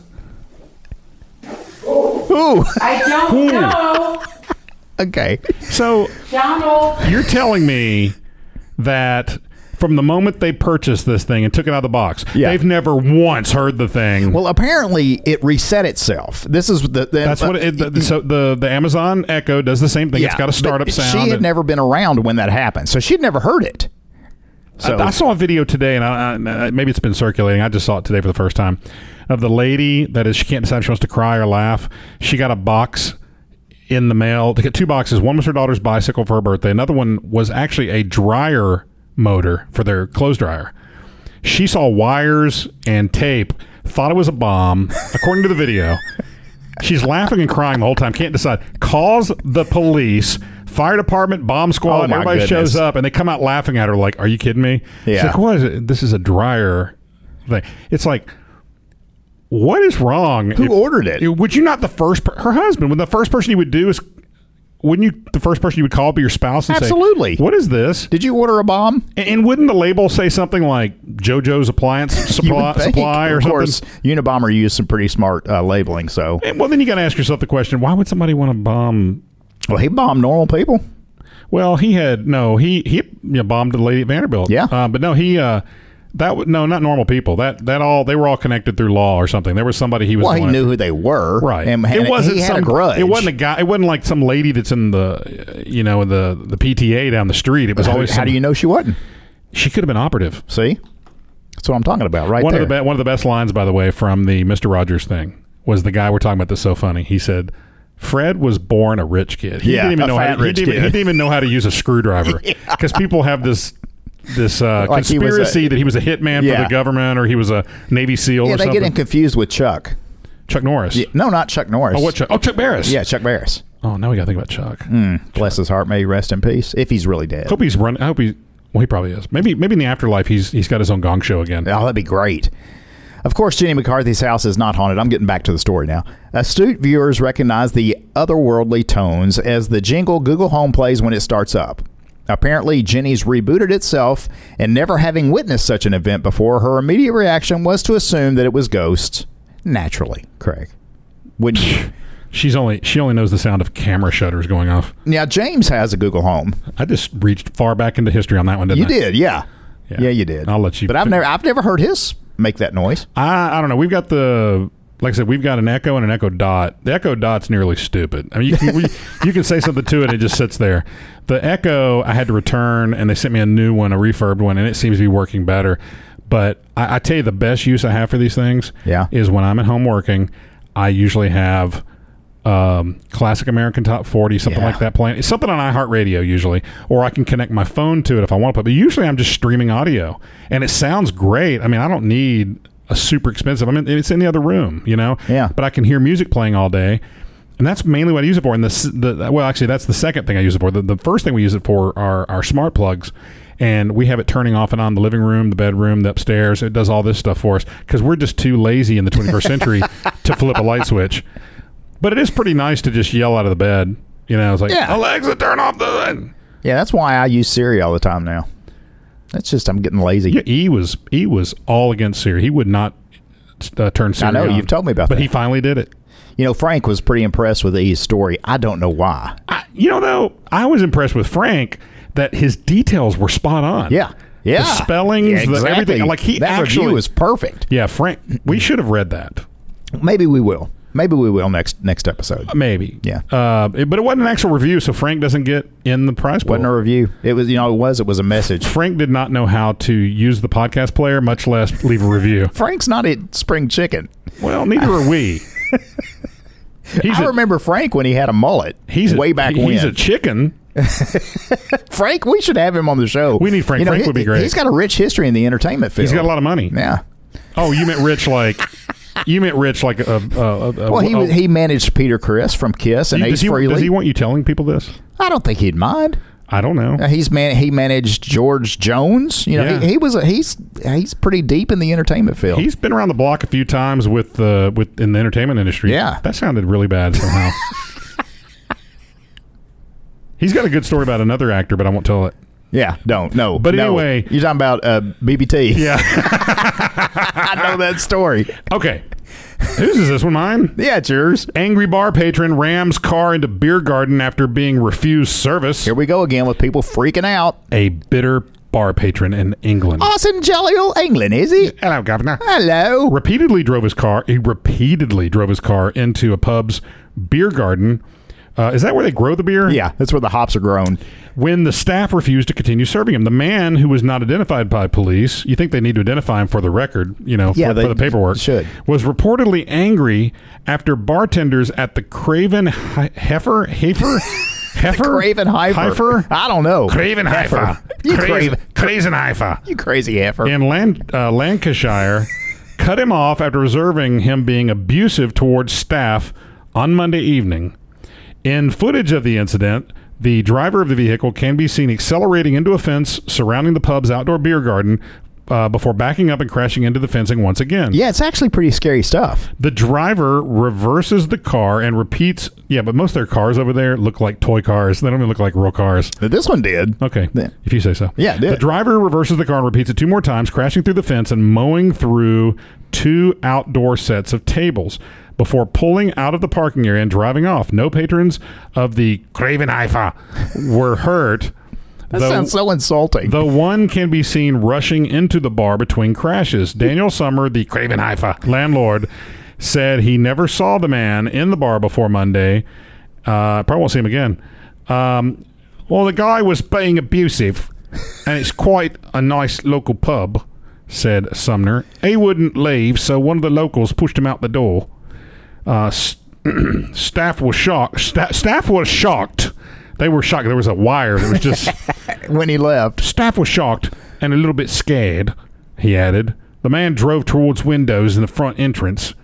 [SPEAKER 5] Ooh,
[SPEAKER 8] I don't
[SPEAKER 6] Ooh.
[SPEAKER 8] know.
[SPEAKER 5] okay.
[SPEAKER 6] So
[SPEAKER 8] Donald.
[SPEAKER 6] you're telling me that from the moment they purchased this thing and took it out of the box,
[SPEAKER 5] Yeah.
[SPEAKER 6] they've never once heard the thing.
[SPEAKER 5] Well, apparently it reset itself. This is the, Mm-hmm. the
[SPEAKER 6] that's what it, the, so the the Amazon Echo does the same thing. it's got a
[SPEAKER 5] but
[SPEAKER 6] startup sound.
[SPEAKER 5] She had
[SPEAKER 6] and-
[SPEAKER 5] never been around when that happened, so she'd never heard it. So
[SPEAKER 6] I saw a video today, and I, I, maybe it's been circulating. I just saw it today for the first time of the lady that is she can't decide if she wants to cry or laugh. She got a box in the mail. They got two boxes. One was her daughter's bicycle for her birthday. Another one was actually a dryer motor for their clothes dryer. She saw wires and tape, thought it was a bomb, according to the video. She's laughing and crying the whole time. Can't decide. Calls the police, fire department, bomb squad.
[SPEAKER 5] Oh, my
[SPEAKER 6] everybody
[SPEAKER 5] goodness.
[SPEAKER 6] shows up and they come out laughing at her like, "Are you kidding me?" She's
[SPEAKER 5] Yeah.
[SPEAKER 6] like, "What is it? This is a dryer thing." It's like, what is wrong?
[SPEAKER 5] Who ordered it?
[SPEAKER 6] Would you not the first? Per- her husband. When the first person you would do is, wouldn't you? The first person you would call be your spouse and
[SPEAKER 5] Absolutely.
[SPEAKER 6] say, "What is this?"
[SPEAKER 5] Did you order a bomb?
[SPEAKER 6] And, and wouldn't the label say something like JoJo's appliance
[SPEAKER 5] You
[SPEAKER 6] supply,
[SPEAKER 5] would think.
[SPEAKER 6] supply or
[SPEAKER 5] of
[SPEAKER 6] something?
[SPEAKER 5] course, Unabomber used some pretty smart uh, labeling. So,
[SPEAKER 6] And, well, then you got to ask yourself the question: Why would somebody want to bomb
[SPEAKER 5] well, he bombed normal people.
[SPEAKER 6] Well, he had no. He he you know, bombed the lady at Vanderbilt.
[SPEAKER 5] Yeah.
[SPEAKER 6] uh, but no, he uh, that w- no, not normal people. That that all they were all connected through law or something. There was somebody he was.
[SPEAKER 5] Well, he
[SPEAKER 6] going
[SPEAKER 5] knew
[SPEAKER 6] after.
[SPEAKER 5] who they were,
[SPEAKER 6] Right,
[SPEAKER 5] And, and
[SPEAKER 6] it wasn't
[SPEAKER 5] he had
[SPEAKER 6] some
[SPEAKER 5] a grudge.
[SPEAKER 6] It wasn't a guy. It wasn't like some lady that's in the, uh, you know, in the the PTA down the street. It was always.
[SPEAKER 5] How
[SPEAKER 6] some-
[SPEAKER 5] do you know she wasn't?
[SPEAKER 6] She could have been operative.
[SPEAKER 5] See, that's what I'm talking about, right
[SPEAKER 6] one
[SPEAKER 5] there.
[SPEAKER 6] of the be- one of the best lines, by the way, from the Mister Rogers thing was the guy we're talking about. That's so funny. He said. Fred was born a rich kid. He
[SPEAKER 5] Yeah,
[SPEAKER 6] didn't even
[SPEAKER 5] a
[SPEAKER 6] know how
[SPEAKER 5] fat
[SPEAKER 6] to,
[SPEAKER 5] rich
[SPEAKER 6] he, didn't, even-
[SPEAKER 5] kid.
[SPEAKER 6] he didn't even know how to use a screwdriver because people have this this uh,
[SPEAKER 5] Like he was a-
[SPEAKER 6] conspiracy that he was a hitman for
[SPEAKER 5] Yeah.
[SPEAKER 6] the government or he was a Navy SEAL
[SPEAKER 5] yeah,
[SPEAKER 6] or
[SPEAKER 5] they
[SPEAKER 6] something.
[SPEAKER 5] get him confused with Chuck.
[SPEAKER 6] Chuck Norris.
[SPEAKER 5] No, not Chuck Norris.
[SPEAKER 6] Oh, what Chuck? Oh, Chuck Barris.
[SPEAKER 5] Yeah, Chuck Mm. Barris.
[SPEAKER 6] Oh, now we got to think about Chuck.
[SPEAKER 5] Bless his heart. May he rest in peace. If he's really dead.
[SPEAKER 6] I hope he's run. I hope he. Well, he probably is. Maybe maybe in the afterlife he's he's got his own gong show again.
[SPEAKER 5] Oh, that'd be great. Of course, Jenny McCarthy's house is not haunted. I'm getting back to the story now. Astute viewers recognize the otherworldly tones as the jingle Google Home plays when it starts up. Apparently, Jenny's rebooted itself, and never having witnessed such an event before, her immediate reaction was to assume that it was ghosts. Naturally, Craig. Wouldn't you?
[SPEAKER 6] She's only she only knows the sound of camera shutters going off.
[SPEAKER 5] Now, James has a Google Home.
[SPEAKER 6] I just reached far back into history on that one, didn't
[SPEAKER 5] You
[SPEAKER 6] I?
[SPEAKER 5] did, yeah.
[SPEAKER 6] Yeah.
[SPEAKER 5] yeah, you did.
[SPEAKER 6] I'll let you
[SPEAKER 5] But I've
[SPEAKER 6] fin-
[SPEAKER 5] never, I've never heard his make that noise.
[SPEAKER 6] I, I don't know. We've got the like I said, we've got an echo and an echo dot. The echo dot's nearly stupid. I mean, you can, we, you can say something to it, it just sits there. The echo, I had to return, and they sent me a new one, a refurbed one, and it seems to be working better. But I, I tell you, the best use I have for these things
[SPEAKER 5] Yeah.
[SPEAKER 6] is when I'm at home working. I usually have um, classic American Top 40, something
[SPEAKER 5] Yeah.
[SPEAKER 6] like that playing. It's something on iHeartRadio usually, or I can connect my phone to it if I want to. But usually I'm just streaming audio, and it sounds great. I mean, I don't need a super expensive. I mean, it's in the other room, you know.
[SPEAKER 5] Yeah.
[SPEAKER 6] But I can hear music playing all day. And that's mainly what I use it for. And the, s- the well, actually, that's the second thing I use it for. The, the first thing we use it for are our smart plugs, and we have it turning off and on the living room, the bedroom, the upstairs. It does all this stuff for us because we're just too lazy in the 21st century to flip a light switch. But it is pretty nice to just yell out of the bed. You know, it's like
[SPEAKER 5] Yeah.
[SPEAKER 6] Alexa, turn off the.
[SPEAKER 5] Yeah, that's why I use Siri all the time now. That's just I'm getting lazy.
[SPEAKER 6] Yeah, he was he was all against Siri. He would not uh, turn Siri.
[SPEAKER 5] I know,
[SPEAKER 6] on.
[SPEAKER 5] you've told me about
[SPEAKER 6] but
[SPEAKER 5] that.
[SPEAKER 6] he finally did it.
[SPEAKER 5] You know, Frank was pretty impressed with E's story. I don't know why.
[SPEAKER 6] I, you know, though, I was impressed with Frank that his details were spot on.
[SPEAKER 5] Yeah, yeah.
[SPEAKER 6] The spellings,
[SPEAKER 5] Yeah,
[SPEAKER 6] the everything. Like he
[SPEAKER 5] that
[SPEAKER 6] actually
[SPEAKER 5] review is perfect.
[SPEAKER 6] Yeah, Frank. We should have read that.
[SPEAKER 5] Maybe we will. Maybe we will next next episode.
[SPEAKER 6] Maybe.
[SPEAKER 5] Yeah.
[SPEAKER 6] Uh, it- but it wasn't an actual review, so Frank doesn't get in the prize pool.
[SPEAKER 5] Wasn't a review. It was you know it was it was a message.
[SPEAKER 6] Frank did not know how to use the podcast player, much less leave a review.
[SPEAKER 5] Frank's not a spring chicken.
[SPEAKER 6] well, neither are we. He's
[SPEAKER 5] I
[SPEAKER 6] a-
[SPEAKER 5] remember Frank when he had a mullet.
[SPEAKER 6] He's a-
[SPEAKER 5] way back
[SPEAKER 6] He's
[SPEAKER 5] when.
[SPEAKER 6] a chicken.
[SPEAKER 5] Frank, we should have him on the show.
[SPEAKER 6] We need Frank. Frank would be great.
[SPEAKER 5] He's got a rich history in the entertainment field.
[SPEAKER 6] He's got a lot of money.
[SPEAKER 5] Yeah.
[SPEAKER 6] Oh, you meant rich like you meant rich like a. a, a, a
[SPEAKER 5] Well, he
[SPEAKER 6] a-
[SPEAKER 5] was he managed Peter Chris from Kiss and
[SPEAKER 6] You-
[SPEAKER 5] Ace
[SPEAKER 6] does, oh. he,
[SPEAKER 5] Frehley.
[SPEAKER 6] does he want you telling people this?
[SPEAKER 5] I don't think he'd mind.
[SPEAKER 6] I don't know.
[SPEAKER 5] Uh, He's man. He managed George Jones. You know,
[SPEAKER 6] Yeah.
[SPEAKER 5] he, he was a, he's he's pretty deep in the entertainment field.
[SPEAKER 6] He's been around the block a few times with the with in the entertainment industry.
[SPEAKER 5] Yeah.
[SPEAKER 6] that sounded really bad somehow. He's got a good story about another actor, but I won't tell it.
[SPEAKER 5] yeah, don't no.
[SPEAKER 6] But
[SPEAKER 5] no.
[SPEAKER 6] anyway-
[SPEAKER 5] you're talking about uh, BBT.
[SPEAKER 6] Yeah.
[SPEAKER 5] I know that story.
[SPEAKER 6] okay. Whose is this one? Mine.
[SPEAKER 5] Yeah, it's yours.
[SPEAKER 6] Angry bar patron rams car into beer garden after being refused service.
[SPEAKER 5] Here we go again with people freaking out.
[SPEAKER 6] A bitter bar patron in England.
[SPEAKER 5] Awesome, jolly old England, is he?
[SPEAKER 6] Hello, governor.
[SPEAKER 5] Oh. Hello.
[SPEAKER 6] repeatedly drove his car. He repeatedly drove his car into a pub's beer garden. Uh, is that where they grow the beer?
[SPEAKER 5] Yeah, that's where the hops are grown.
[SPEAKER 6] When the staff refused to continue serving him, the man who was not identified by police, you think they need to identify him for the record, you know,
[SPEAKER 5] Yeah,
[SPEAKER 6] for,
[SPEAKER 5] they
[SPEAKER 6] for the paperwork,
[SPEAKER 5] should.
[SPEAKER 6] was reportedly angry after bartenders at the Craven Hi- Heifer Heifer Heifer
[SPEAKER 5] Craven Heifer.
[SPEAKER 6] Heifer
[SPEAKER 5] I don't know.
[SPEAKER 6] Craven Heifer
[SPEAKER 5] You
[SPEAKER 6] Craven-
[SPEAKER 5] Craven-
[SPEAKER 6] Craven Heifer
[SPEAKER 5] You crazy heifer.
[SPEAKER 6] in Lan- uh, Lancashire cut him off after observing him being abusive towards staff on Monday evening. In footage of the incident, the driver of the vehicle can be seen accelerating into a fence surrounding the pub's outdoor beer garden uh, before backing up and crashing into the fencing once again.
[SPEAKER 5] Yeah, it's actually pretty scary stuff.
[SPEAKER 6] The driver reverses the car and repeats. Yeah, but most of their cars over there look like toy cars. They don't even look like real cars.
[SPEAKER 5] But this one did.
[SPEAKER 6] Okay.
[SPEAKER 5] Yeah.
[SPEAKER 6] If you say so.
[SPEAKER 5] Yeah, do
[SPEAKER 6] The
[SPEAKER 5] it.
[SPEAKER 6] driver reverses the car and repeats it two more times, crashing through the fence and mowing through two outdoor sets of tables before pulling out of the parking area and driving off. No patrons of the Craven Haifa were hurt.
[SPEAKER 5] That
[SPEAKER 6] though-
[SPEAKER 5] sounds so insulting.
[SPEAKER 6] Though one can be seen rushing into the bar between crashes. Daniel Summer, the Craven Haifa landlord, said he never saw the man in the bar before Monday. Uh, probably won't see him again. Um, well, the guy was being abusive, and it's quite a nice local pub, said Sumner. He wouldn't leave, so one of the locals pushed him out the door. Uh, s- staff was shocked. Sta- staff was shocked. They were shocked. There was a wire that was just.
[SPEAKER 5] when he left.
[SPEAKER 6] Staff was shocked and a little bit scared, he added. The man drove towards windows in the front entrance.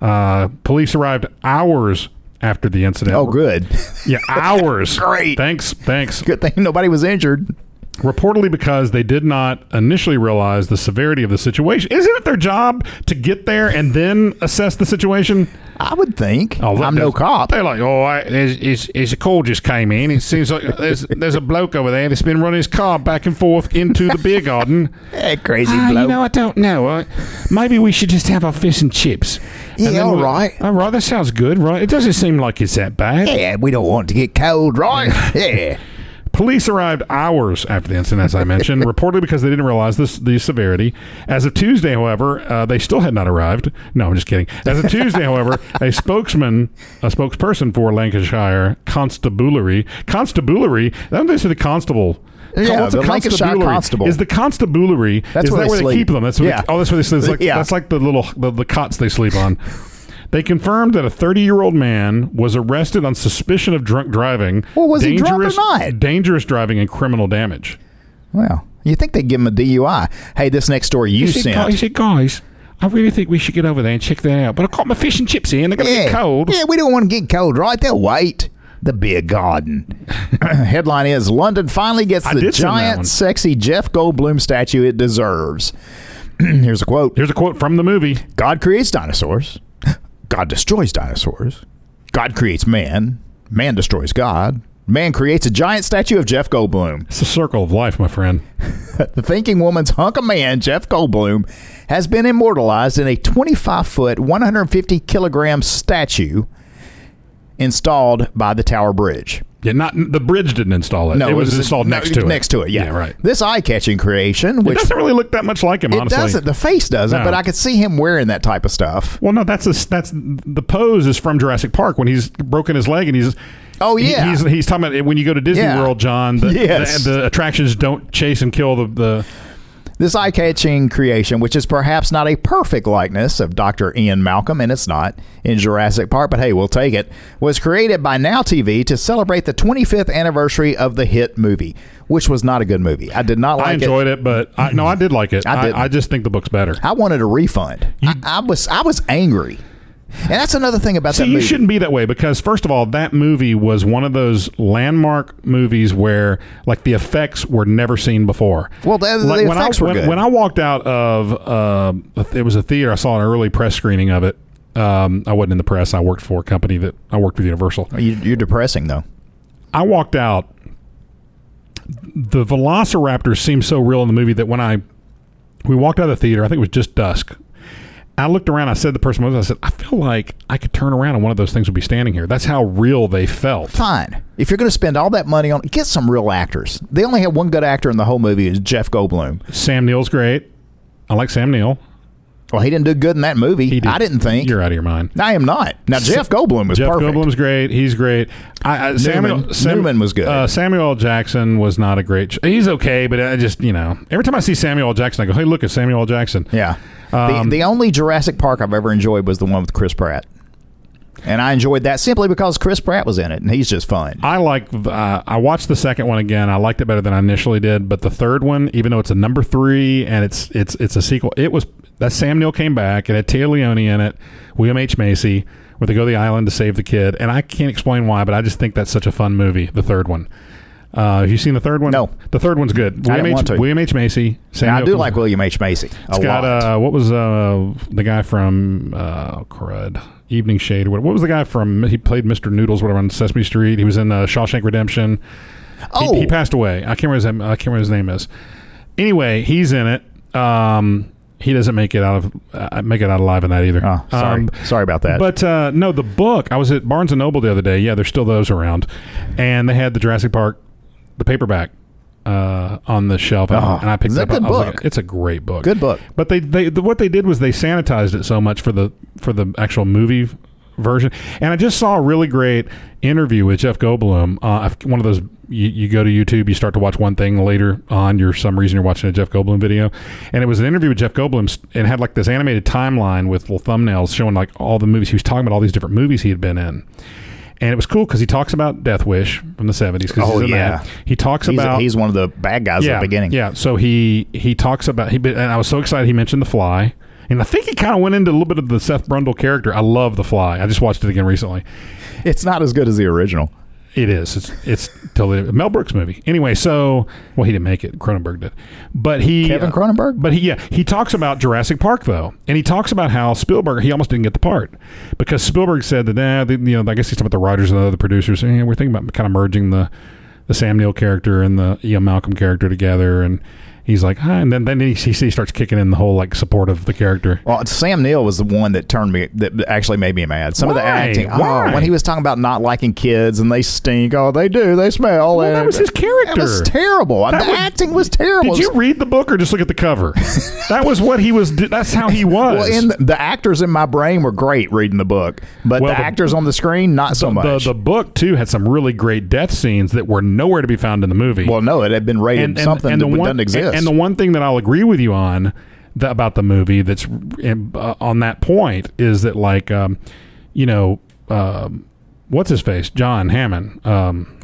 [SPEAKER 6] Uh, police arrived hours after the incident.
[SPEAKER 5] Oh, good.
[SPEAKER 6] Yeah, hours.
[SPEAKER 5] Great.
[SPEAKER 6] Thanks, thanks.
[SPEAKER 5] Good thing nobody was injured.
[SPEAKER 6] Reportedly because they did not initially realize the severity of the situation. Isn't it their job to get there and then assess the situation?
[SPEAKER 5] I would think.
[SPEAKER 6] that
[SPEAKER 5] I'm no
[SPEAKER 6] does-
[SPEAKER 5] cop.
[SPEAKER 6] They're like, oh, I, there's, is, is a call just came in. It seems like there's there's a bloke over there that's been running his car back and forth into the beer garden.
[SPEAKER 5] That crazy
[SPEAKER 6] Ah,
[SPEAKER 5] bloke.
[SPEAKER 6] you know, I don't know. I, maybe we should just have our fish and chips.
[SPEAKER 5] Yeah,
[SPEAKER 6] And then
[SPEAKER 5] all
[SPEAKER 6] we'll-
[SPEAKER 5] right.
[SPEAKER 6] All right, that sounds good, right? It doesn't seem like it's that bad.
[SPEAKER 5] yeah, we don't want to get cold, right? yeah.
[SPEAKER 6] Police arrived hours after the incident, as I mentioned, reportedly because they didn't realize this the severity. As of Tuesday, however, uh, they still had not arrived. No, I'm just kidding. As of Tuesday, however, a spokesman, a spokesperson for Lancashire Constabulary, constabulary. I don't think the constable.
[SPEAKER 5] Yeah,
[SPEAKER 6] What's a
[SPEAKER 5] the Lancashire
[SPEAKER 6] constabulary?
[SPEAKER 5] constable.
[SPEAKER 6] Is the constabulary?
[SPEAKER 5] That's
[SPEAKER 6] is
[SPEAKER 5] where
[SPEAKER 6] that
[SPEAKER 5] they
[SPEAKER 6] where they
[SPEAKER 5] sleep.
[SPEAKER 6] keep them? That's where
[SPEAKER 5] Yeah.
[SPEAKER 6] They, oh, that's where they sleep. It's Like,
[SPEAKER 5] Yeah.
[SPEAKER 6] That's like the little the, the cots they sleep on. They confirmed that a 30 year old man was arrested on suspicion of drunk driving.
[SPEAKER 5] Well, was he drunk or not?
[SPEAKER 6] Dangerous driving and criminal damage.
[SPEAKER 5] Well, you think they give him a DUI? Hey, this next story you
[SPEAKER 6] said, "Guy-
[SPEAKER 5] sent.
[SPEAKER 6] he said, guys, I really think we should get over there and check that out. But I caught my fish and chips in. They're going to get cold.
[SPEAKER 5] Yeah, we don't want to get cold, right? They'll wait. The beer garden. Headline is London finally gets
[SPEAKER 6] I
[SPEAKER 5] the
[SPEAKER 6] did send that one.
[SPEAKER 5] giant, sexy Jeff Goldblum statue it deserves. Here's a quote
[SPEAKER 6] Here's a quote from the movie.
[SPEAKER 5] God creates dinosaurs, God destroys dinosaurs, God creates man, man destroys God. Man creates a giant statue of Jeff Goldblum.
[SPEAKER 6] It's the circle of life, my friend.
[SPEAKER 5] The thinking woman's hunk of man, Jeff Goldblum, has been immortalized in a 25 foot, 150 kilogram statue installed by the Tower Bridge.
[SPEAKER 6] Yeah, not the bridge didn't install it. it was, installed
[SPEAKER 5] no,
[SPEAKER 6] next to it.
[SPEAKER 5] Next to it, yeah.
[SPEAKER 6] right.
[SPEAKER 5] This eye catching creation,
[SPEAKER 6] It
[SPEAKER 5] which
[SPEAKER 6] doesn't really look that much like him,
[SPEAKER 5] it
[SPEAKER 6] honestly.
[SPEAKER 5] doesn't, the face doesn't,
[SPEAKER 6] No.
[SPEAKER 5] but I could see him wearing that type of stuff.
[SPEAKER 6] Well, no, that's a, that's the pose is from Jurassic Park when he's broken his leg and he's.
[SPEAKER 5] Oh,
[SPEAKER 6] he-
[SPEAKER 5] yeah.
[SPEAKER 6] he's, he's talking about when you go to Disney
[SPEAKER 5] Yeah.
[SPEAKER 6] World, John. The,
[SPEAKER 5] Yes.
[SPEAKER 6] the, the attractions don't chase and kill the, the
[SPEAKER 5] This eye catching creation, which is perhaps not a perfect likeness of Dr. Ian Malcolm, and it's not in Jurassic Park, but hey, we'll take it, was created by Now TV to celebrate the 25th anniversary of the hit movie, which was not a good movie. I did not like
[SPEAKER 6] I enjoyed it, but I, no, I did like it.
[SPEAKER 5] I
[SPEAKER 6] I,
[SPEAKER 5] didn't.
[SPEAKER 6] I, just think the book's better.
[SPEAKER 5] I wanted a refund. I, I was I was angry. And that's another thing about
[SPEAKER 6] See,
[SPEAKER 5] that
[SPEAKER 6] you
[SPEAKER 5] movie.
[SPEAKER 6] shouldn't be that way because first of all, that movie was one of those landmark movies where like the effects were never seen before.
[SPEAKER 5] Well, the- the
[SPEAKER 6] when I,
[SPEAKER 5] effects were
[SPEAKER 6] when,
[SPEAKER 5] good.
[SPEAKER 6] when I walked out of uh, it was a theater. I saw an early press screening of it. Um, I wasn't in the press. I worked for a company that I worked with Universal.
[SPEAKER 5] You, you're depressing though.
[SPEAKER 6] I walked out. The Velociraptor seemed so real in the movie that when I we walked out of the theater, I think it was just dusk. I looked around. I said to the person, I was- I said, I feel like I could turn around and one of those things would be standing here. That's how real they felt.
[SPEAKER 5] Fine. If you're going to spend all that money on, get some real actors. They only had one good actor in the whole movie, is Jeff Goldblum.
[SPEAKER 6] Sam Neill's great. I like Sam Neill.
[SPEAKER 5] Well, he didn't do good in that movie.
[SPEAKER 6] He did-
[SPEAKER 5] I didn't think.
[SPEAKER 6] you're out of your mind.
[SPEAKER 5] I am not. Now Jeff Goldblum was
[SPEAKER 6] Jeff
[SPEAKER 5] perfect.
[SPEAKER 6] Goldblum's great. He's great. I, I, Samuel, Sam-
[SPEAKER 5] Newman was good.
[SPEAKER 6] Uh, Samuel L. Jackson was not a great. Ch- he's okay, but I just you know every time I see Samuel L. Jackson, I go, hey, look at Samuel L. Jackson.
[SPEAKER 5] Yeah.
[SPEAKER 6] Um,
[SPEAKER 5] the, the only Jurassic Park I've ever enjoyed was the one with Chris Pratt, and I enjoyed that simply because Chris Pratt was in it, and he's just fun.
[SPEAKER 6] I like. Uh, I watched the second one again. I liked it better than I initially did. But the third one, even though it's a number three and it's it's it's a sequel, it was that Sam Neill came back. It had Tia Leone in it, William H Macy, where they go to the island to save the kid. And I can't explain why, but I just think that's such a fun movie. The third one. Uh, have you seen the third one?
[SPEAKER 5] No.
[SPEAKER 6] The third one's good.
[SPEAKER 5] I didn't
[SPEAKER 6] William, H,
[SPEAKER 5] want to.
[SPEAKER 6] William H Macy. Sam
[SPEAKER 5] And I
[SPEAKER 6] Neill
[SPEAKER 5] do
[SPEAKER 6] comes
[SPEAKER 5] like
[SPEAKER 6] back.
[SPEAKER 5] William H Macy a
[SPEAKER 6] It's got
[SPEAKER 5] lot.
[SPEAKER 6] uh, what was uh, the guy from uh, crud Evening Shade? What, what was the guy from? He played Mr. Noodles, whatever, on Sesame Street. He was in uh, Shawshank Redemption.
[SPEAKER 5] oh,
[SPEAKER 6] uh, He, he passed away. I can't remember his name. I can't remember his name is. Anyway, he's in it. Um, he doesn't make it out of uh, make it out alive in that either.
[SPEAKER 5] Oh, sorry,
[SPEAKER 6] Um,
[SPEAKER 5] sorry about that.
[SPEAKER 6] but uh, no, the book. I was at Barnes and Noble the other day. Yeah, there's still those around, and they had the Jurassic Park, the paperback, uh, on the shelf, and,
[SPEAKER 5] Oh,
[SPEAKER 6] and I picked
[SPEAKER 5] is
[SPEAKER 6] it
[SPEAKER 5] that a
[SPEAKER 6] up.
[SPEAKER 5] good
[SPEAKER 6] I was
[SPEAKER 5] book?
[SPEAKER 6] like, it's a great book.
[SPEAKER 5] Good book.
[SPEAKER 6] But they, they the, what they did was they sanitized it so much for the for the actual movie version. And I just saw a really great interview with Jeff Goldblum. Uh, I've- one of those you, you go to YouTube, you start to watch one thing later on. You're some reason you're watching a Jeff Goldblum video, and it was an interview with Jeff Goldblum, s- and it had like this animated timeline with little thumbnails showing like all the movies he was talking about, all these different movies he had been in. And it was cool because he talks about Death Wish from the seventies.
[SPEAKER 5] Oh,
[SPEAKER 6] he's in
[SPEAKER 5] yeah.
[SPEAKER 6] that. he talks
[SPEAKER 5] he's,
[SPEAKER 6] about
[SPEAKER 5] he's one of the bad guys
[SPEAKER 6] yeah,
[SPEAKER 5] at the beginning.
[SPEAKER 6] Yeah, so he he talks about he and I was so excited he mentioned the fly. And I think he kind of went into a little bit of the Seth Brundle character. I love The Fly. I just watched it again recently.
[SPEAKER 5] It's not as good as the original.
[SPEAKER 6] It is. It's it's totally Mel Brooks movie. Anyway, so well he didn't make it. Cronenberg did, but he uh,
[SPEAKER 5] Kevin Cronenberg?
[SPEAKER 6] But he yeah he talks about Jurassic Park though, and he talks about how Spielberg he almost didn't get the part because Spielberg said that nah, the, you know I guess he's talking about the writers and the other producers. Yeah, we're thinking about kind of merging the the Sam Neill character and the Ian Malcolm character together, and he's like, hi, and then then he, he starts kicking in the whole like support of the character.
[SPEAKER 5] Well, Sam Neill was the one that turned me that actually made me mad. Some of the
[SPEAKER 6] Why?
[SPEAKER 5] acting, oh,
[SPEAKER 6] Why?
[SPEAKER 5] when he was talking about not liking kids and they stink, oh, they do, they smell.
[SPEAKER 6] Well,
[SPEAKER 5] and
[SPEAKER 6] that was his
[SPEAKER 5] That was
[SPEAKER 6] character.
[SPEAKER 5] terrible.
[SPEAKER 6] That
[SPEAKER 5] the
[SPEAKER 6] was-
[SPEAKER 5] acting was terrible.
[SPEAKER 6] Did you read the book or just look at the cover? that was what he was. That's how he was.
[SPEAKER 5] Well, in the, the actors in my brain were great reading the book, but
[SPEAKER 6] Well,
[SPEAKER 5] the,
[SPEAKER 6] the-
[SPEAKER 5] actors on the screen not so
[SPEAKER 6] the,
[SPEAKER 5] much.
[SPEAKER 6] the book too had some really great death scenes that were nowhere to be found in the movie.
[SPEAKER 5] well, no, it had been rated something that
[SPEAKER 6] one,
[SPEAKER 5] doesn't exist.
[SPEAKER 6] And, and the one thing that I'll agree with you on th- about the movie that's uh, on that point is that like um, you know um, what's his face John Hammond. Um,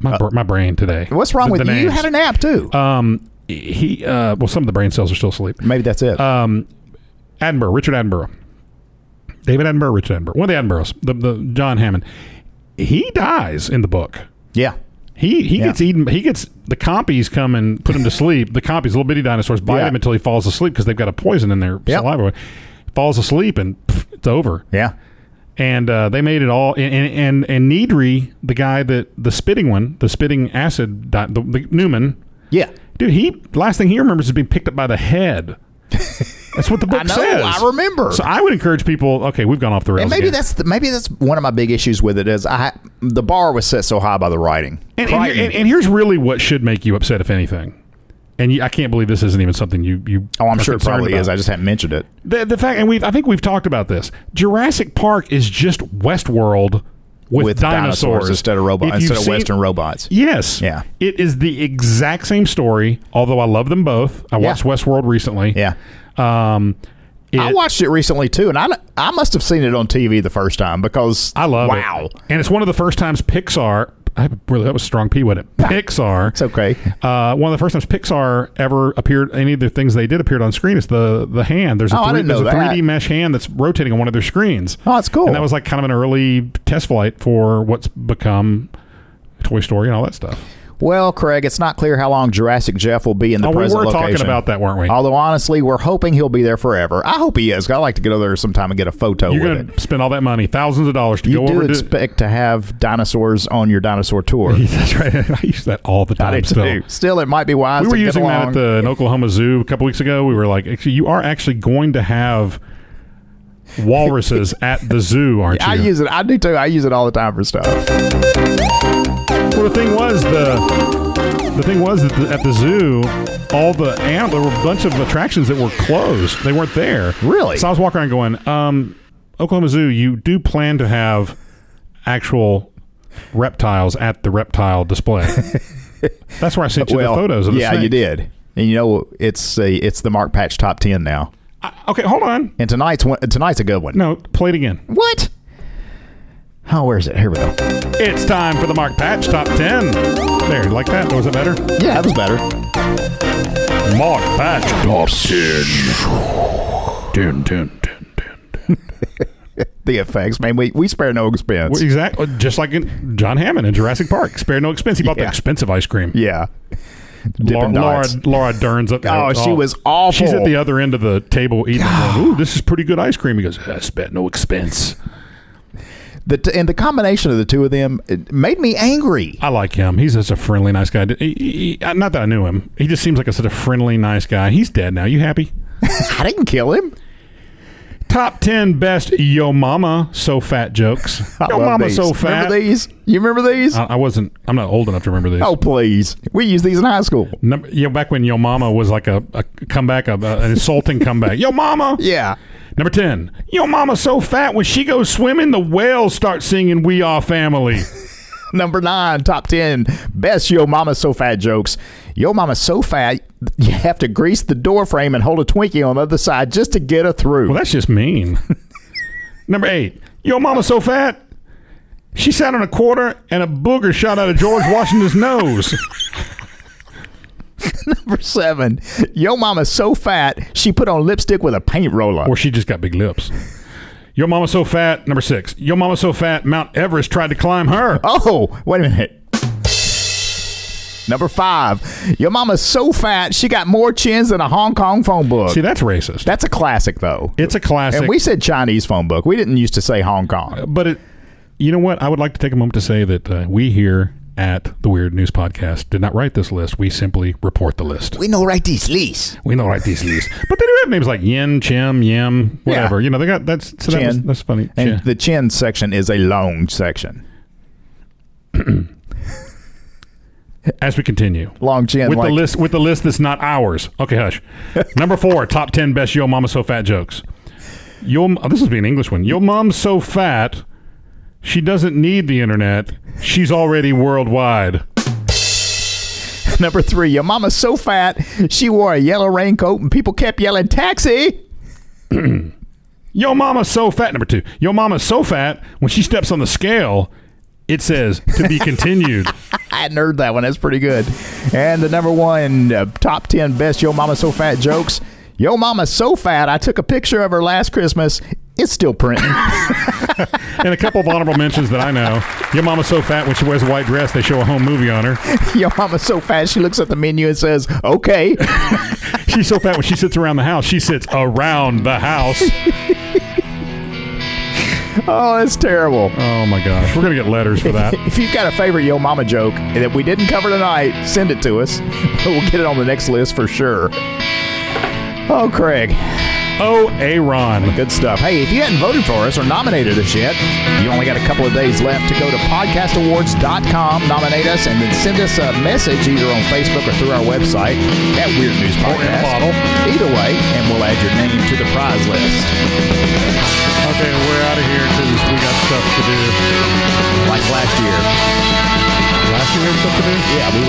[SPEAKER 6] my, br- my brain today.
[SPEAKER 5] Uh, What's wrong
[SPEAKER 6] The-
[SPEAKER 5] with
[SPEAKER 6] the
[SPEAKER 5] you? You
[SPEAKER 6] names.
[SPEAKER 5] had an app too.
[SPEAKER 6] um, he uh, well, some of the brain cells are still asleep.
[SPEAKER 5] Maybe that's it.
[SPEAKER 6] um, Attenborough, Richard Attenborough, David Attenborough, Richard Attenborough, one of the Attenboroughs, the, the John Hammond. He dies in the book.
[SPEAKER 5] yeah.
[SPEAKER 6] He he
[SPEAKER 5] Yeah.
[SPEAKER 6] gets eaten. He gets the compies come and put him to sleep. The compies, little bitty dinosaurs, bite
[SPEAKER 5] Yeah.
[SPEAKER 6] him until he falls asleep because they've got a poison in their
[SPEAKER 5] Yep.
[SPEAKER 6] saliva. Falls asleep and pff, it's over.
[SPEAKER 5] Yeah.
[SPEAKER 6] And uh, they made it all. And and and, and Needry, the guy that the spitting one, the spitting acid, di- the, the Newman,
[SPEAKER 5] Yeah.
[SPEAKER 6] dude. He last thing he remembers is being picked up by the head. That's what the book
[SPEAKER 5] I know,
[SPEAKER 6] says.
[SPEAKER 5] I remember.
[SPEAKER 6] So I would encourage people. Okay, we've gone off the rails.
[SPEAKER 5] And maybe
[SPEAKER 6] again.
[SPEAKER 5] that's the, maybe that's one of my big issues with it is I the bar was set so high by the writing.
[SPEAKER 6] And, and, here- and- and here's really what should make you upset, if anything. And you, I can't believe this isn't even something you you.
[SPEAKER 5] oh, I'm
[SPEAKER 6] are
[SPEAKER 5] sure it
[SPEAKER 6] concerned
[SPEAKER 5] probably
[SPEAKER 6] about.
[SPEAKER 5] is. I just haven't mentioned it.
[SPEAKER 6] the, the fact, and we have I think we've talked about this. Jurassic Park is just Westworld with,
[SPEAKER 5] With dinosaurs instead of robo-
[SPEAKER 6] If you've
[SPEAKER 5] instead of
[SPEAKER 6] seen-
[SPEAKER 5] Western robots.
[SPEAKER 6] Yes.
[SPEAKER 5] Yeah.
[SPEAKER 6] It is the exact same story. Although I love them both. I watched Westworld recently.
[SPEAKER 5] Yeah.
[SPEAKER 6] Um,
[SPEAKER 5] I
[SPEAKER 6] it-
[SPEAKER 5] watched it recently too, and I, I must have seen it on TV the first time because
[SPEAKER 6] I love it.
[SPEAKER 5] wow.
[SPEAKER 6] And it's one of the first times Pixar. I really that was a strong P with it. Pixar.
[SPEAKER 5] It's okay.
[SPEAKER 6] Uh, one of the first times Pixar ever appeared, any of the things they did appeared on screen is the the hand. There's a,
[SPEAKER 5] Oh, I
[SPEAKER 6] three,
[SPEAKER 5] didn't know
[SPEAKER 6] there's a
[SPEAKER 5] that.
[SPEAKER 6] 3D mesh hand that's rotating on one of their screens.
[SPEAKER 5] Oh, that's cool.
[SPEAKER 6] And that was like kind of an early test flight for what's become Toy Story and all that stuff.
[SPEAKER 5] Well, Craig, it's not clear how long Jurassic Jeff will be in the
[SPEAKER 6] Oh, we
[SPEAKER 5] present
[SPEAKER 6] were talking
[SPEAKER 5] location.
[SPEAKER 6] about that, weren't we?
[SPEAKER 5] Although honestly, we're hoping he'll be there forever. I hope he is. 'cause I'd like to go there sometime and get a photo
[SPEAKER 6] You're
[SPEAKER 5] with
[SPEAKER 6] going
[SPEAKER 5] it.
[SPEAKER 6] to spend all that money, thousands of dollars to
[SPEAKER 5] You
[SPEAKER 6] go
[SPEAKER 5] do
[SPEAKER 6] over to.
[SPEAKER 5] expect to have dinosaurs on your dinosaur tour.
[SPEAKER 6] that's right. I use that all the
[SPEAKER 5] I
[SPEAKER 6] time
[SPEAKER 5] do
[SPEAKER 6] still.
[SPEAKER 5] too. Still, it might be wise.
[SPEAKER 6] we
[SPEAKER 5] to
[SPEAKER 6] were
[SPEAKER 5] get
[SPEAKER 6] using that at
[SPEAKER 5] along.
[SPEAKER 6] the in Oklahoma Zoo a couple weeks ago. We were like, actually, you are actually going to have walruses at the zoo, aren't you?
[SPEAKER 5] I use it. I do too. I use it all the time for stuff.
[SPEAKER 6] well, the thing was the the thing was that the, at the zoo, all the and there were a bunch of attractions that were closed. They weren't there.
[SPEAKER 5] Really?
[SPEAKER 6] So I was walking around going, um, Oklahoma Zoo, you do plan to have actual reptiles at the reptile display. That's where I sent you
[SPEAKER 5] well,
[SPEAKER 6] the photos of the
[SPEAKER 5] yeah, you
[SPEAKER 6] snakes.
[SPEAKER 5] did. And you know, it's a, it's the Mark Patch top ten now.
[SPEAKER 6] I- okay, hold on.
[SPEAKER 5] And tonight's one, tonight's a good one.
[SPEAKER 6] No, play it again.
[SPEAKER 5] What? Oh, where is it? Here we go.
[SPEAKER 6] It's time for the Mark Patch Top 10. There, you like that? Was it better?
[SPEAKER 5] Yeah, that was better.
[SPEAKER 6] Mark Patch Top 10. 10, 10, 10, 10.
[SPEAKER 5] The effects, man. We we spare no expense.
[SPEAKER 6] Well, exactly. Just like in John Hammond in Jurassic Park. Spare no expense. He bought
[SPEAKER 5] Yeah.
[SPEAKER 6] the expensive ice cream.
[SPEAKER 5] yeah.
[SPEAKER 6] Laura,
[SPEAKER 5] Dippin'
[SPEAKER 6] Laura,
[SPEAKER 5] Dots.
[SPEAKER 6] Laura Dern's up there.
[SPEAKER 5] Oh, she was awful.
[SPEAKER 6] She's at the other end of the table eating. going, Ooh, this is pretty good ice cream. He goes, I spent no expense.
[SPEAKER 5] The t- and the combination of the two of them it made me angry.
[SPEAKER 6] I like him. He's such a friendly, nice guy. He- he- he- not that I knew him. He just seems like a, such a friendly, nice guy. He's dead now. You happy?
[SPEAKER 5] I didn't kill him.
[SPEAKER 6] Top 10 best Yo Mama So Fat jokes.
[SPEAKER 5] I
[SPEAKER 6] Yo
[SPEAKER 5] love
[SPEAKER 6] Mama
[SPEAKER 5] these.
[SPEAKER 6] So Fat. Uh,
[SPEAKER 5] Remember these? You remember these?
[SPEAKER 6] I, I wasn't, I'm not old enough to remember these.
[SPEAKER 5] oh, please. We used these in high school.
[SPEAKER 6] Number, yeah, back when Yo Mama was like a, a comeback, a, a- an insulting comeback. Yo Mama!
[SPEAKER 5] Yeah.
[SPEAKER 6] Number 10. Yo Mama So Fat, when she goes swimming, the whales start singing We Are Family.
[SPEAKER 5] Number nine, top ten, best Yo Mama So Fat jokes. Yo Mama So Fat, you have to grease the door frame and hold a Twinkie on the other side just to get her through.
[SPEAKER 6] Well, that's just mean. Number 8. Yo Mama So Fat, she sat on a quarter and a booger shot out of George Washington's nose.
[SPEAKER 5] Number seven, Yo Mama So Fat, she put on lipstick with a paint roller.
[SPEAKER 6] Or she just got big lips. Your mama's so fat. Number six. Your mama's so fat. Mount Everest tried to climb her.
[SPEAKER 5] Oh, wait a minute. Number five, your mama's so fat she got more chins than a Hong Kong phone book.
[SPEAKER 6] See, that's racist.
[SPEAKER 5] That's a classic, though.
[SPEAKER 6] it's a classic.
[SPEAKER 5] and we said Chinese phone book. We didn't used to say Hong Kong.
[SPEAKER 6] But it, you know what? I would like to take a moment to say that uh, we here at the Weird News Podcast did not write this list. We simply report the list.
[SPEAKER 5] We know right these lease.
[SPEAKER 6] We don't write these lists, but they do have names like Yin, Chim, Yim, whatever.
[SPEAKER 5] Yeah.
[SPEAKER 6] You know, they got that's so that
[SPEAKER 5] Chin.
[SPEAKER 6] was, that's funny.
[SPEAKER 5] And
[SPEAKER 6] Chin.
[SPEAKER 5] the chin section is a long section.
[SPEAKER 6] As we continue.
[SPEAKER 5] Long chin.
[SPEAKER 6] with
[SPEAKER 5] like,
[SPEAKER 6] the list with the list that's not ours. Okay, hush. Number four, top ten best yo mama so fat jokes. Yo, oh, this is be an English one. Yo mom's so fat, she doesn't need the internet. She's already worldwide.
[SPEAKER 5] Number three, your mama's so fat she wore a yellow raincoat and people kept yelling, taxi.
[SPEAKER 6] Yo mama's so fat. Number two, yo mama's so fat when she steps on the scale, it says to be continued.
[SPEAKER 5] I hadn't heard that one. That's pretty good. And the number one uh, top 10 best Yo Mama So Fat jokes. Yo Mama's so fat, I took a picture of her last Christmas. It's still printing.
[SPEAKER 6] and a couple of honorable mentions that I know. Your mama's so fat when she wears a white dress, they show a home movie on her.
[SPEAKER 5] Yo Mama's so fat, she looks at the menu and says, okay.
[SPEAKER 6] She's so fat when she sits around the house. She sits around the house.
[SPEAKER 5] Oh, that's terrible.
[SPEAKER 6] Oh my gosh, we're gonna get letters for that.
[SPEAKER 5] If you've got a favorite Yo Mama joke that we didn't cover tonight, send it to us. We'll get it on the next list for sure. Oh, Craig.
[SPEAKER 6] Oh, Aaron.
[SPEAKER 5] Good stuff. Hey, if you hadn't voted for us or nominated us yet, you only got a couple of days left to go to podcastawards.com, nominate us, and then send us a message either on Facebook or through our website at Weird News Podcast.
[SPEAKER 6] in a bottle.
[SPEAKER 5] Either way, and we'll add your name to the prize list.
[SPEAKER 6] Okay, we're out of here because we got stuff to do.
[SPEAKER 5] Like last year.
[SPEAKER 6] Last year we had stuff to do.
[SPEAKER 5] Yeah, we